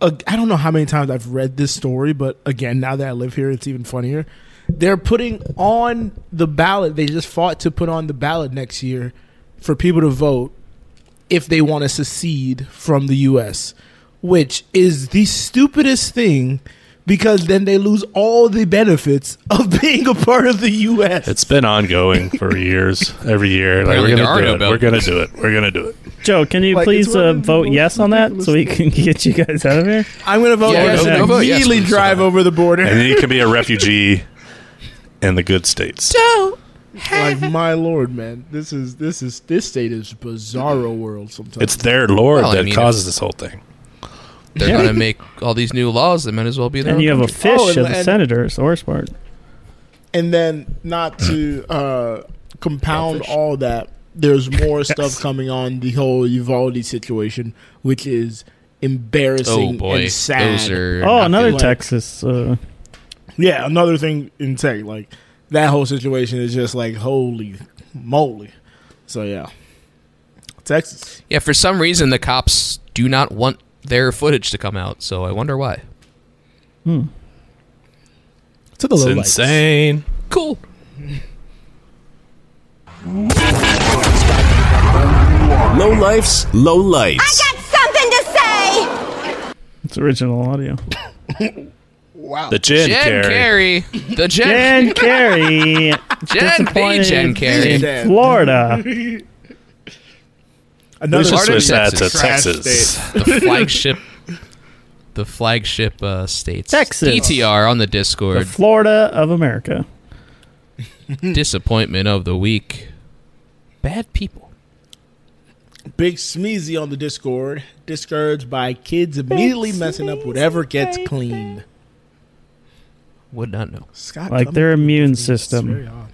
Uh, I don't know how many times I've read this story, but again, now that I live here, it's even funnier. They're putting on the ballot. They just fought to put on the ballot next year for people to vote if they want to secede from the US, which is the stupidest thing because then they lose all the benefits of [LAUGHS] being a part of the US.
It's been ongoing for [LAUGHS] years. Every year, like
Apparently
we're
there are
gonna do
no
it.
bells.
We're gonna do it. We're gonna do it.
Joe, can you
Like, it's
please
one
uh,
of the
vote
most
yes on that so we can [LAUGHS] get you guys out of here?
I'm going to vote
Yeah,
yes
go-
and
go vote yes,
immediately
please.
drive over the border.
And then you can be a refugee in the good states.
like my lord, man, this is this is this state is bizarro world sometimes.
It's their lord
Well, I
that
mean,
causes
if-
this whole thing.
They're
Yeah.
going to make all these new laws. They might as well be there.
And you have a fish
Oh, and-
of the
and-
senator. It's the worst part.
and then not to uh, compound all that, there's more stuff coming on the whole Uvalde situation, which is
Oh
embarrassing
boy,
and sad.
those are
Oh,
not
another
like-
good.
Texas. Uh,
yeah, another thing in tech, like that whole situation is just like holy moly. So yeah, Texas.
Yeah, for some reason the cops do not want their footage to come out, so I wonder why.
To the
It's
low lights.
insane.
Cool.
Low life's low lights.
Something to say!
it's original audio.
The gin,
Jen
Carrie.
Carey, the Jen, [LAUGHS]
Jen Carey.
Jen, the
disappointed
Jen Carey.
In Florida.
We
Another
should
Florida,
switch that to
Texas.
Trash
Texas.
the flagship the flagship uh, states
Texas.
DTR on the
The
Discord
Florida of America.
disappointment of the week bad people
Big Smeezy on the Discord, discouraged by kids immediately messing up whatever gets cleaned.
would not know
Scott,
Like
Clement-
[LAUGHS] their immune
It's very
system.
odd.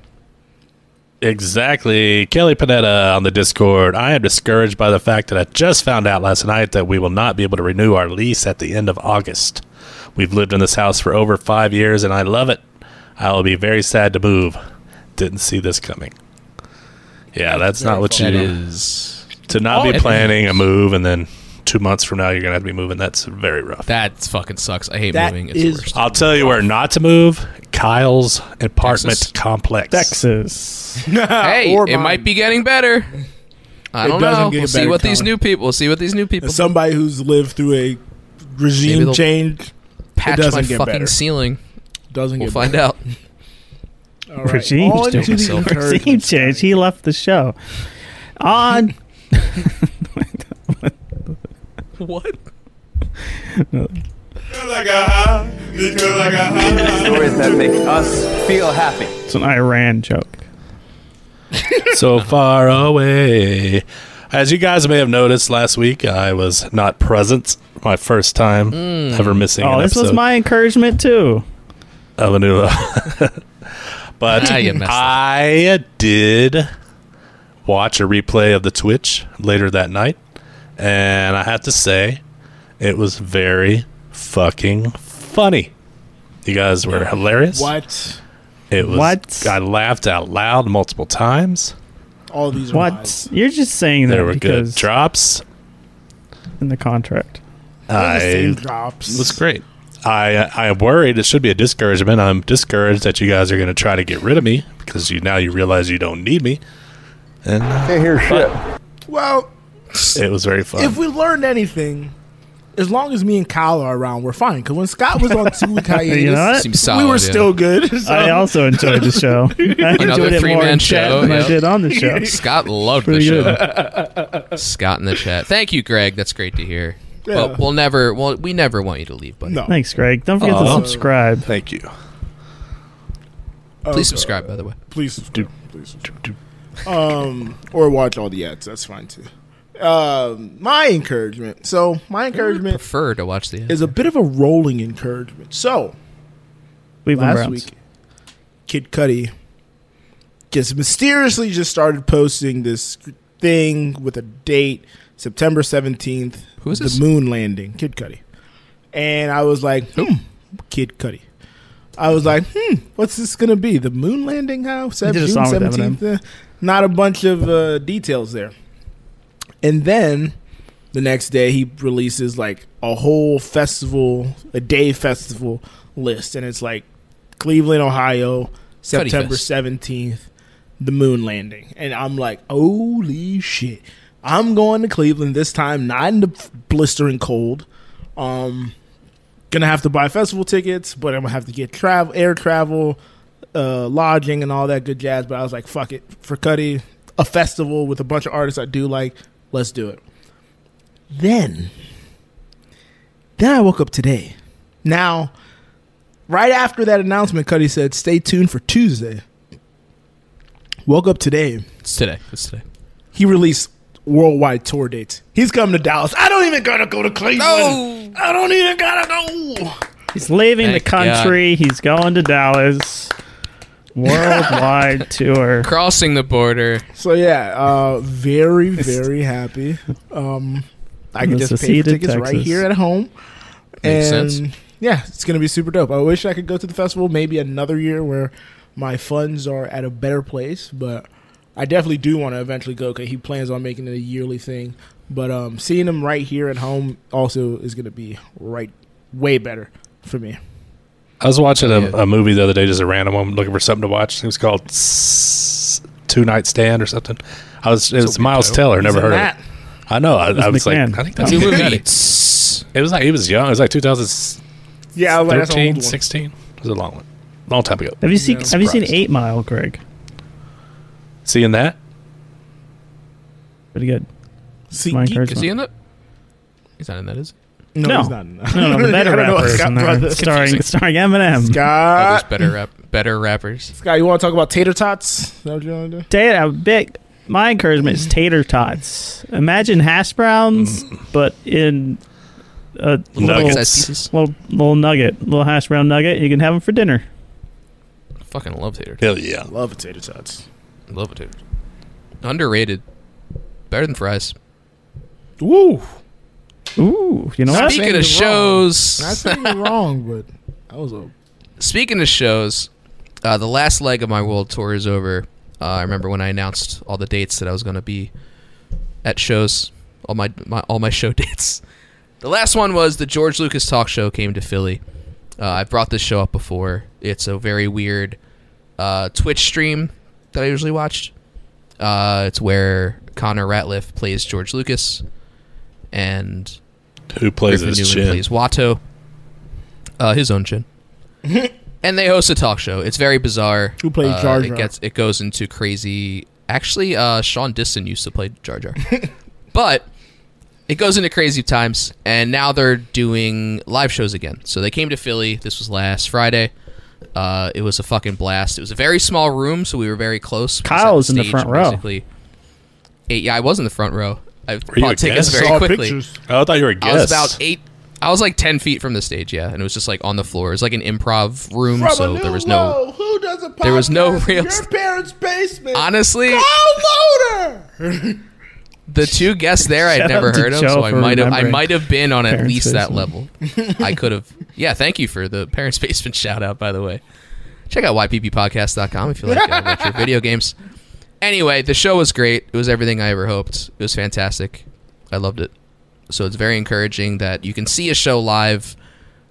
Exactly. Kelly Panetta on the Discord. I am discouraged by the fact that I just found out last night that we will not be able to renew our lease at the end of August. We've lived in this house for over five years and I love it. I will be very sad to move. Didn't see this coming. Yeah, that's not what you
That
do.
is
To not
Oh,
be
it-
planning a move and then two months from now you're going to have to be moving. That's very rough.
that fucking sucks I hate
That
moving it's
is-
the worst
I'll tell you where not to move Kyle's apartment
Texas.
complex.
[LAUGHS]
Texas.
hey
Or
it
mine.
might be getting better I don't know. We'll see what Colin. these new people. We'll see what these new people.
As somebody who's lived through a regime change,
patch my fucking better. ceiling.
Doesn't
we'll
get
find
better. [LAUGHS]
out.
All right. Regime, change. regime change. [LAUGHS] He left the show. On.
what?
Stories that make us feel happy.
It's an Iran joke.
so far away. As you guys may have noticed last week, I was not present. My first time
Mm.
ever missing.
Oh,
an
this was
episode
my encouragement too.
of a new- [LAUGHS] but
Ah, you messed up.
I did watch a replay of the Twitch later that night, and I have to say, it was very fucking funny. You guys were hilarious.
What?
It was.
What?
I laughed out loud multiple times.
All these. Are lies.
What? You're just saying that
There were good
because
drops.
in the contract.
the same
I
drops.
It was great. I I am worried it should be a discouragement. I'm discouraged that you guys are going to try to get rid of me because you now you realize you don't need me. And
Can't hear shit.
Well,
it was very fun.
if we learned anything, as long as me and Kyle are around, we're fine. Because when Scott was
[LAUGHS]
on two week hiatus,
You know what?
Seems solid,
we were
yeah.
still good. [LAUGHS] So.
I also enjoyed
[LAUGHS]
the show. I enjoyed
Another
it
three
more
man
in chat
show.
than
yep.
I did on the show.
[LAUGHS] Scott loved the
Pretty
show. Scott in the chat. Thank you, Greg. That's great to hear.
Yeah.
But we'll never. Well, we never want you to leave, buddy.
No.
Thanks, Greg. Don't forget
Aw.
to subscribe.
Thank you.
Okay.
Please subscribe, by the way.
Please subscribe. Please subscribe. Um, or watch all the ads. That's fine too. Um, my encouragement. So my encouragement
Prefer to watch the.
is a bit of a rolling encouragement. So
Cleveland
last
Browns.
week, Kid Cudi just mysteriously just started posting this thing with a date, September seventeenth.
Who is
the
this?
moon landing? Kid Cudi. And I was like, hmm, Kid Cudi. I was like, hmm, what's this gonna be? The moon landing? How? Sev-
did a
June
song with Eminem.
seventeenth. Not a bunch of uh, details there. And then the next day he releases like a whole festival, a day festival list, and it's like Cleveland, Ohio, September
Fest.
seventeenth, the moon landing, and I'm like, holy shit! I'm going to Cleveland this time, not in the blistering cold. Um, gonna have to buy festival tickets, but I'm gonna have to get travel, air travel, uh, lodging, and all that good jazz. But I was like, fuck it, for Cuddy, a festival with a bunch of artists I do like, let's do it. Then, then I woke up today. Now, right after that announcement, Cuddy said, "Stay tuned for Tuesday." Woke up today.
It's today. It's today.
He released worldwide tour dates. He's coming to Dallas. I don't even gotta go to Cleveland.
No!
I don't even gotta go.
He's leaving the
Thank God.
country. He's going to
[LAUGHS]
Dallas. Worldwide tour.
Crossing the border.
So yeah, uh, very very happy. Um, I can
This
just
is
pay for
seated
tickets right
Texas.
here at home.
Makes
and
sense.
yeah, it's gonna be super dope. I wish I could go to the festival maybe another year where my funds are at a better place, but I definitely do want to eventually go. Cause he plans on making it a yearly thing. But um, seeing him right here at home also is gonna be right way better for me.
I was watching
Yeah.
a, a movie the other day, just a random one, looking for something to watch. It was called S- Two Night Stand or something. I was it
That's
was
a weird
Miles
title.
Taylor. Never
Isn't
heard
that-
of it. I know. I, I was
McMahon.
like, I think
It's
that's
a
Kid
[LAUGHS]
movie.
Cudi. It was like he was young. It was like 2013,
Yeah, like, that's an old one.
16. It was a long one, long time ago.
Have you seen Have you seen
Surprised.
Eight Mile, Greg?
Seeing that,
Pretty good.
See,
My
geek-
Is
encouragement.
he in that? He's not in that, is he?
no,
No.
he's not. in that.
No, no,
[LAUGHS]
the
I
better
don't know what
rappers
Scott
in there,
Brothers-
starring starring Eminem.
Oh,
Scott.
there's better rap,
[LAUGHS]
better rappers.
Scott, you want to talk about tater tots? Is that what you want to do?
Tater, big. My encouragement is tater tots. Imagine hash browns, but in a
Nuggets.
little,
Size pieces.
little little nugget, little hash brown nugget. You can have them for dinner.
Fucking love tater.
hell yeah,
Love tater tots.
Love it, dude. Underrated. Better than fries.
Woo!
Ooh, you know what?
Speaking
you're Not
of shows,
saying you're wrong, but that was a
speaking of shows, uh, the last leg of my world tour is over. Uh, I remember when I announced all the dates that I was going to be at shows, all my, my all my [LAUGHS] show dates. The last one was the George Lucas talk show came to Philly. Uh, I brought this show up before. It's a very weird uh, Twitch stream that I usually watched. Uh, it's where Connor Ratliff plays George Lucas, and
Who plays
Griffin
his
Newman
chin?
plays Watto, uh, his own chin. and they host a talk show. It's very bizarre.
Who plays
uh,
Jar
It
Jar?
gets it goes into crazy. Actually, uh, Sean Disson used to play Jar [LAUGHS] Jar, but it goes into crazy times. And now they're doing live shows again. So they came to Philly. This was last Friday. Uh, it was a fucking blast. It was a very small room, so we were very close. We sat
Kyle was in the
stage
front
and
row.
Basically, eight, yeah, I was in the front row. I
you a
bought tickets
guest?
very
Saw
quickly.
pictures. Oh, I thought you were a
I was
guest.
about eight. I was like ten feet from the stage, yeah, and it was just like on the floor. It was like an improv room,
From a
so
new
there was no.
low, Who does a podcast
there was no real-
in Your parents' basement.
Honestly-
Kyle Loader.
The two guests there I'd
Shout
never
out to
heard of,
Joe
so I
for
might have I
remembering
might have been on at
Parents'
least that level.
Basement.
I could have. Yeah, thank you for the parents' basement [LAUGHS] shout out. By the way, check out ypppodcast.com if you like uh, retro video games. Anyway, the show was great. It was everything I ever hoped. It was fantastic. I loved it. So it's very encouraging that you can see a show live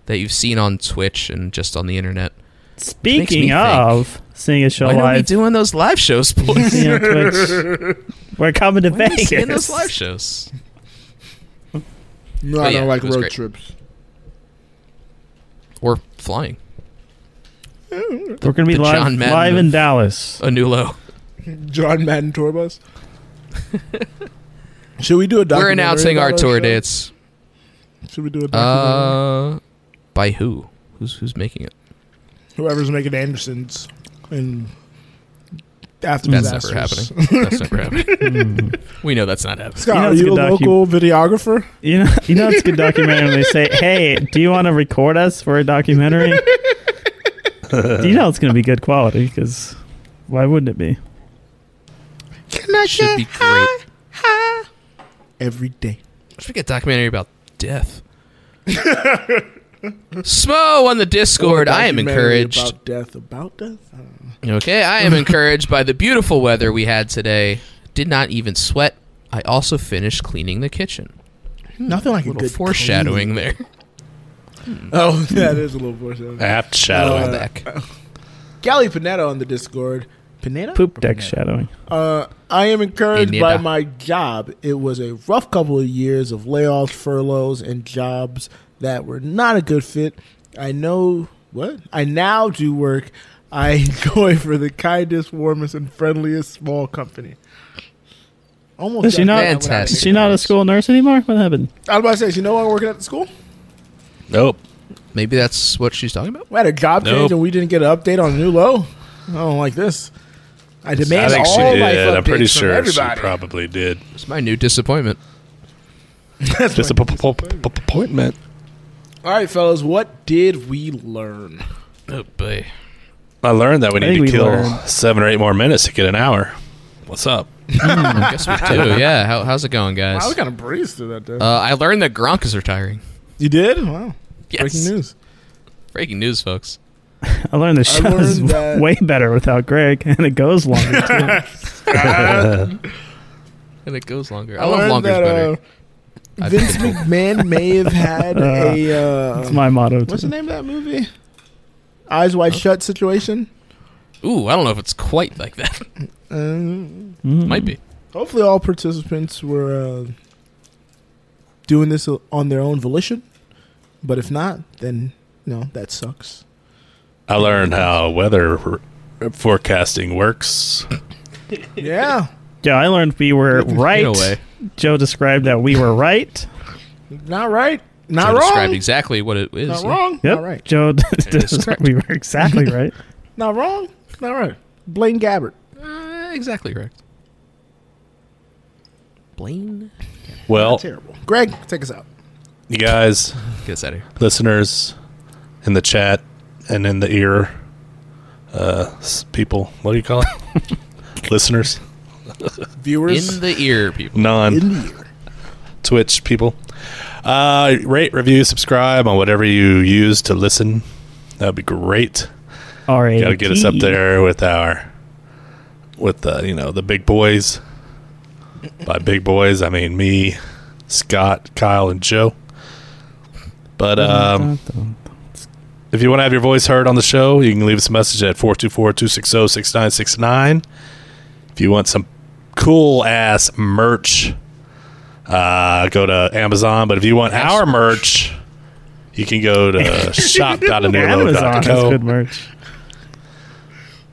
that you've seen on Twitch and just on the internet. Makes me
Speaking
think,
of seeing a show
Why are we
live,
doing those
[LAUGHS]
live shows, boys?
See [LAUGHS] on Twitch. we're coming
[LAUGHS]
to
Why are we
Vegas.
seeing those live shows.
No,
But
I
yeah,
don't like
it was
road
great.
trips.
Or flying.
we're going to be
The
live,
John Madden
live in
of
Dallas.
A new low.
John Madden tour
[LAUGHS]
bus. Should we do a
We're
documentary?
announcing our
about
tour
show?
dates.
Should we do a documentary?
Uh, by who? Who's who's making it?
Whoever's making Anderson's and after
That's never
disasters.
happening. That's
[LAUGHS]
never happening.
Hmm.
we know that's not happening.
Scott,
You know
are
it's
you a
good docu-
local videographer?
You know, you know it's a good documentary when they say, "Hey, do you want to record us for a documentary?" you know it's going to be good quality because why wouldn't it be?
Should be great.
Every day.
Should we get a documentary about death? Smo on the Discord. I am
Documentary
encouraged.
About death, about death. I don't know.
Okay, I am encouraged by the beautiful weather we had today. Did not even sweat. I also finished cleaning the kitchen.
Nothing like a,
little
good
foreshadowing there.
clean. [LAUGHS] Oh, that is a little
[LAUGHS]
foreshadowing.
Apt shadowing.
Uh, Gally Panetta on the Discord. Panetta?
Poop deck shadowing.
Uh, I am encouraged by
Pineda.
my job. It was a rough couple of years of layoffs, furloughs, and jobs that were not a good fit. I know what I now do work. I [LAUGHS] enjoy for the kindest, warmest, and friendliest small company. Almost
Is she
got
not?
that without
Is she not a school nurse anymore? What happened?
I was about to say, she no longer working at the school.
Nope.
Maybe that's what she's talking about.
We had a job
Nope.
change and we didn't get an update on a new low. I don't like this. I demand
I think
all
she
life
did. I'm
updates
pretty
from
sure
everybody.
she probably did.
It's my new disappointment.
Just a p- p- p- p- appointment.
All right, fellas, what did we learn?
Oh boy.
I learned that we
I think
need to
we
kill
learned.
seven or eight more minutes to get an hour. What's up?
I guess we
[LAUGHS]
do. Yeah. How, how's it going, guys?
I was kind of breezed through that. Day.
Uh, I learned that Gronk is retiring.
you did? Wow.
Yes.
Breaking news.
Breaking news, folks.
I learned the
I
show is [LAUGHS]
learned that-
way better without Greg, and it goes longer. Too.
And it goes longer.
I
I, love
learned
longer's
that,
better.
Uh,
I've
Vince
been told.
McMahon may have had a. Uh,
That's my motto.
What's
too.
the name of that movie? Eyes Wide Shut situation.
Ooh, I don't know if it's quite like
[LAUGHS]
that. Mm-hmm.
Um,
Mm.
Might be.
hopefully, all participants were uh, doing this on their own volition. But if not, then you know that sucks.
I learned how weather r- forecasting works.
Yeah,
Yeah, I learned we were right.
way.
Joe described that we were right.
not right,
I
not
described
wrong,
exactly what it is.
not
yeah.
wrong,
Yep.
not right,
Joe [LAUGHS]
is
described we were exactly right.
not wrong, not right. Blaine Gabbert.
Uh, exactly correct. Blaine,
Well,
Terrible. Greg, take us out.
you guys,
get us out of here.
listeners in the chat and in the ear, uh, s- people, what do you call it?
[LAUGHS]
listeners,
Viewers,
In the ear, people.
non Twitch people. Uh, rate, review, subscribe on whatever you use to listen. That would be great.
All right.
Got to get us up there with our, with the you know the big boys. By big boys, I mean me, Scott, Kyle, and Joe. But um, if you want to have your voice heard on the show, oh, you can leave us a message at 424-260-6969. If you want some cool ass merch, uh, go to Amazon. But if you want our merch, you can go
[LAUGHS]
to
Amazon has good
shop.anulo.co.
merch.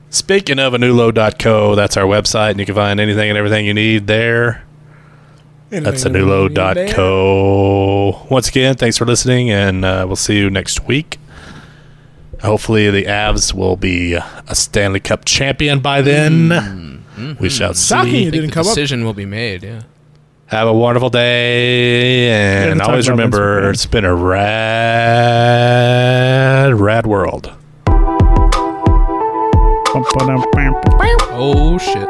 Speaking of anulo.co, that's our website, and you can find anything and everything you need there. That's
Anything and everything you need
anulo.co. Once again, thanks for listening, and uh, we'll see you next week. Hopefully, the Avs will be a Stanley Cup champion by then. We shall see.
the Decision will be made. Yeah.
Have a wonderful day, and
haven't talked
always
about
remember it's been a rad, rad world.
Oh shit.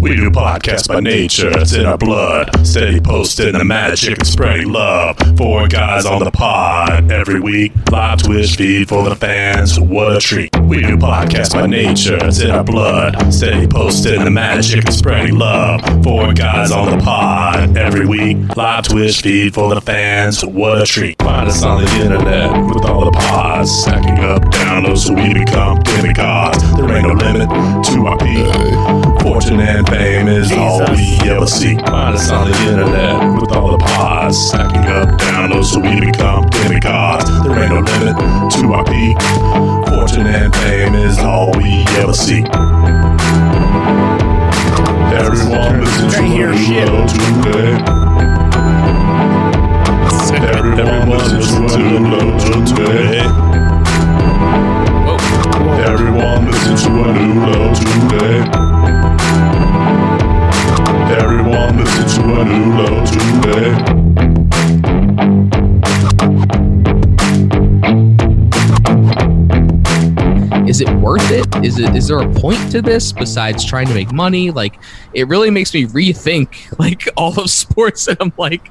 We do podcasts by nature, it's in our blood. Steady posting the magic and spreading love. Four guys on the pod every week. Live Twitch feed for the fans, what a treat. We do podcasts by nature, it's in our blood. Steady posting the magic and spreading love. Four guys on the pod every week. Live Twitch feed for the fans, what a treat. Find us on the internet with all the pods. Stacking up downloads so we become demigods. There ain't no limit to our peak. Fortune and fame is all we ever seek. Find us on the internet with all the pods. Stacking up downloads so we become demigods. There ain't no limit to our peak. Fortune and fame is all we ever seek. Everyone listen to hear today. Everyone listen to Anulo today.
Oh.
Everyone listen to Anulo today. Everyone listen to Anulo today.
Is it worth it? Is it is there a point to this besides trying [LAUGHS] to make money? Like it really makes me rethink like all of sports and I'm like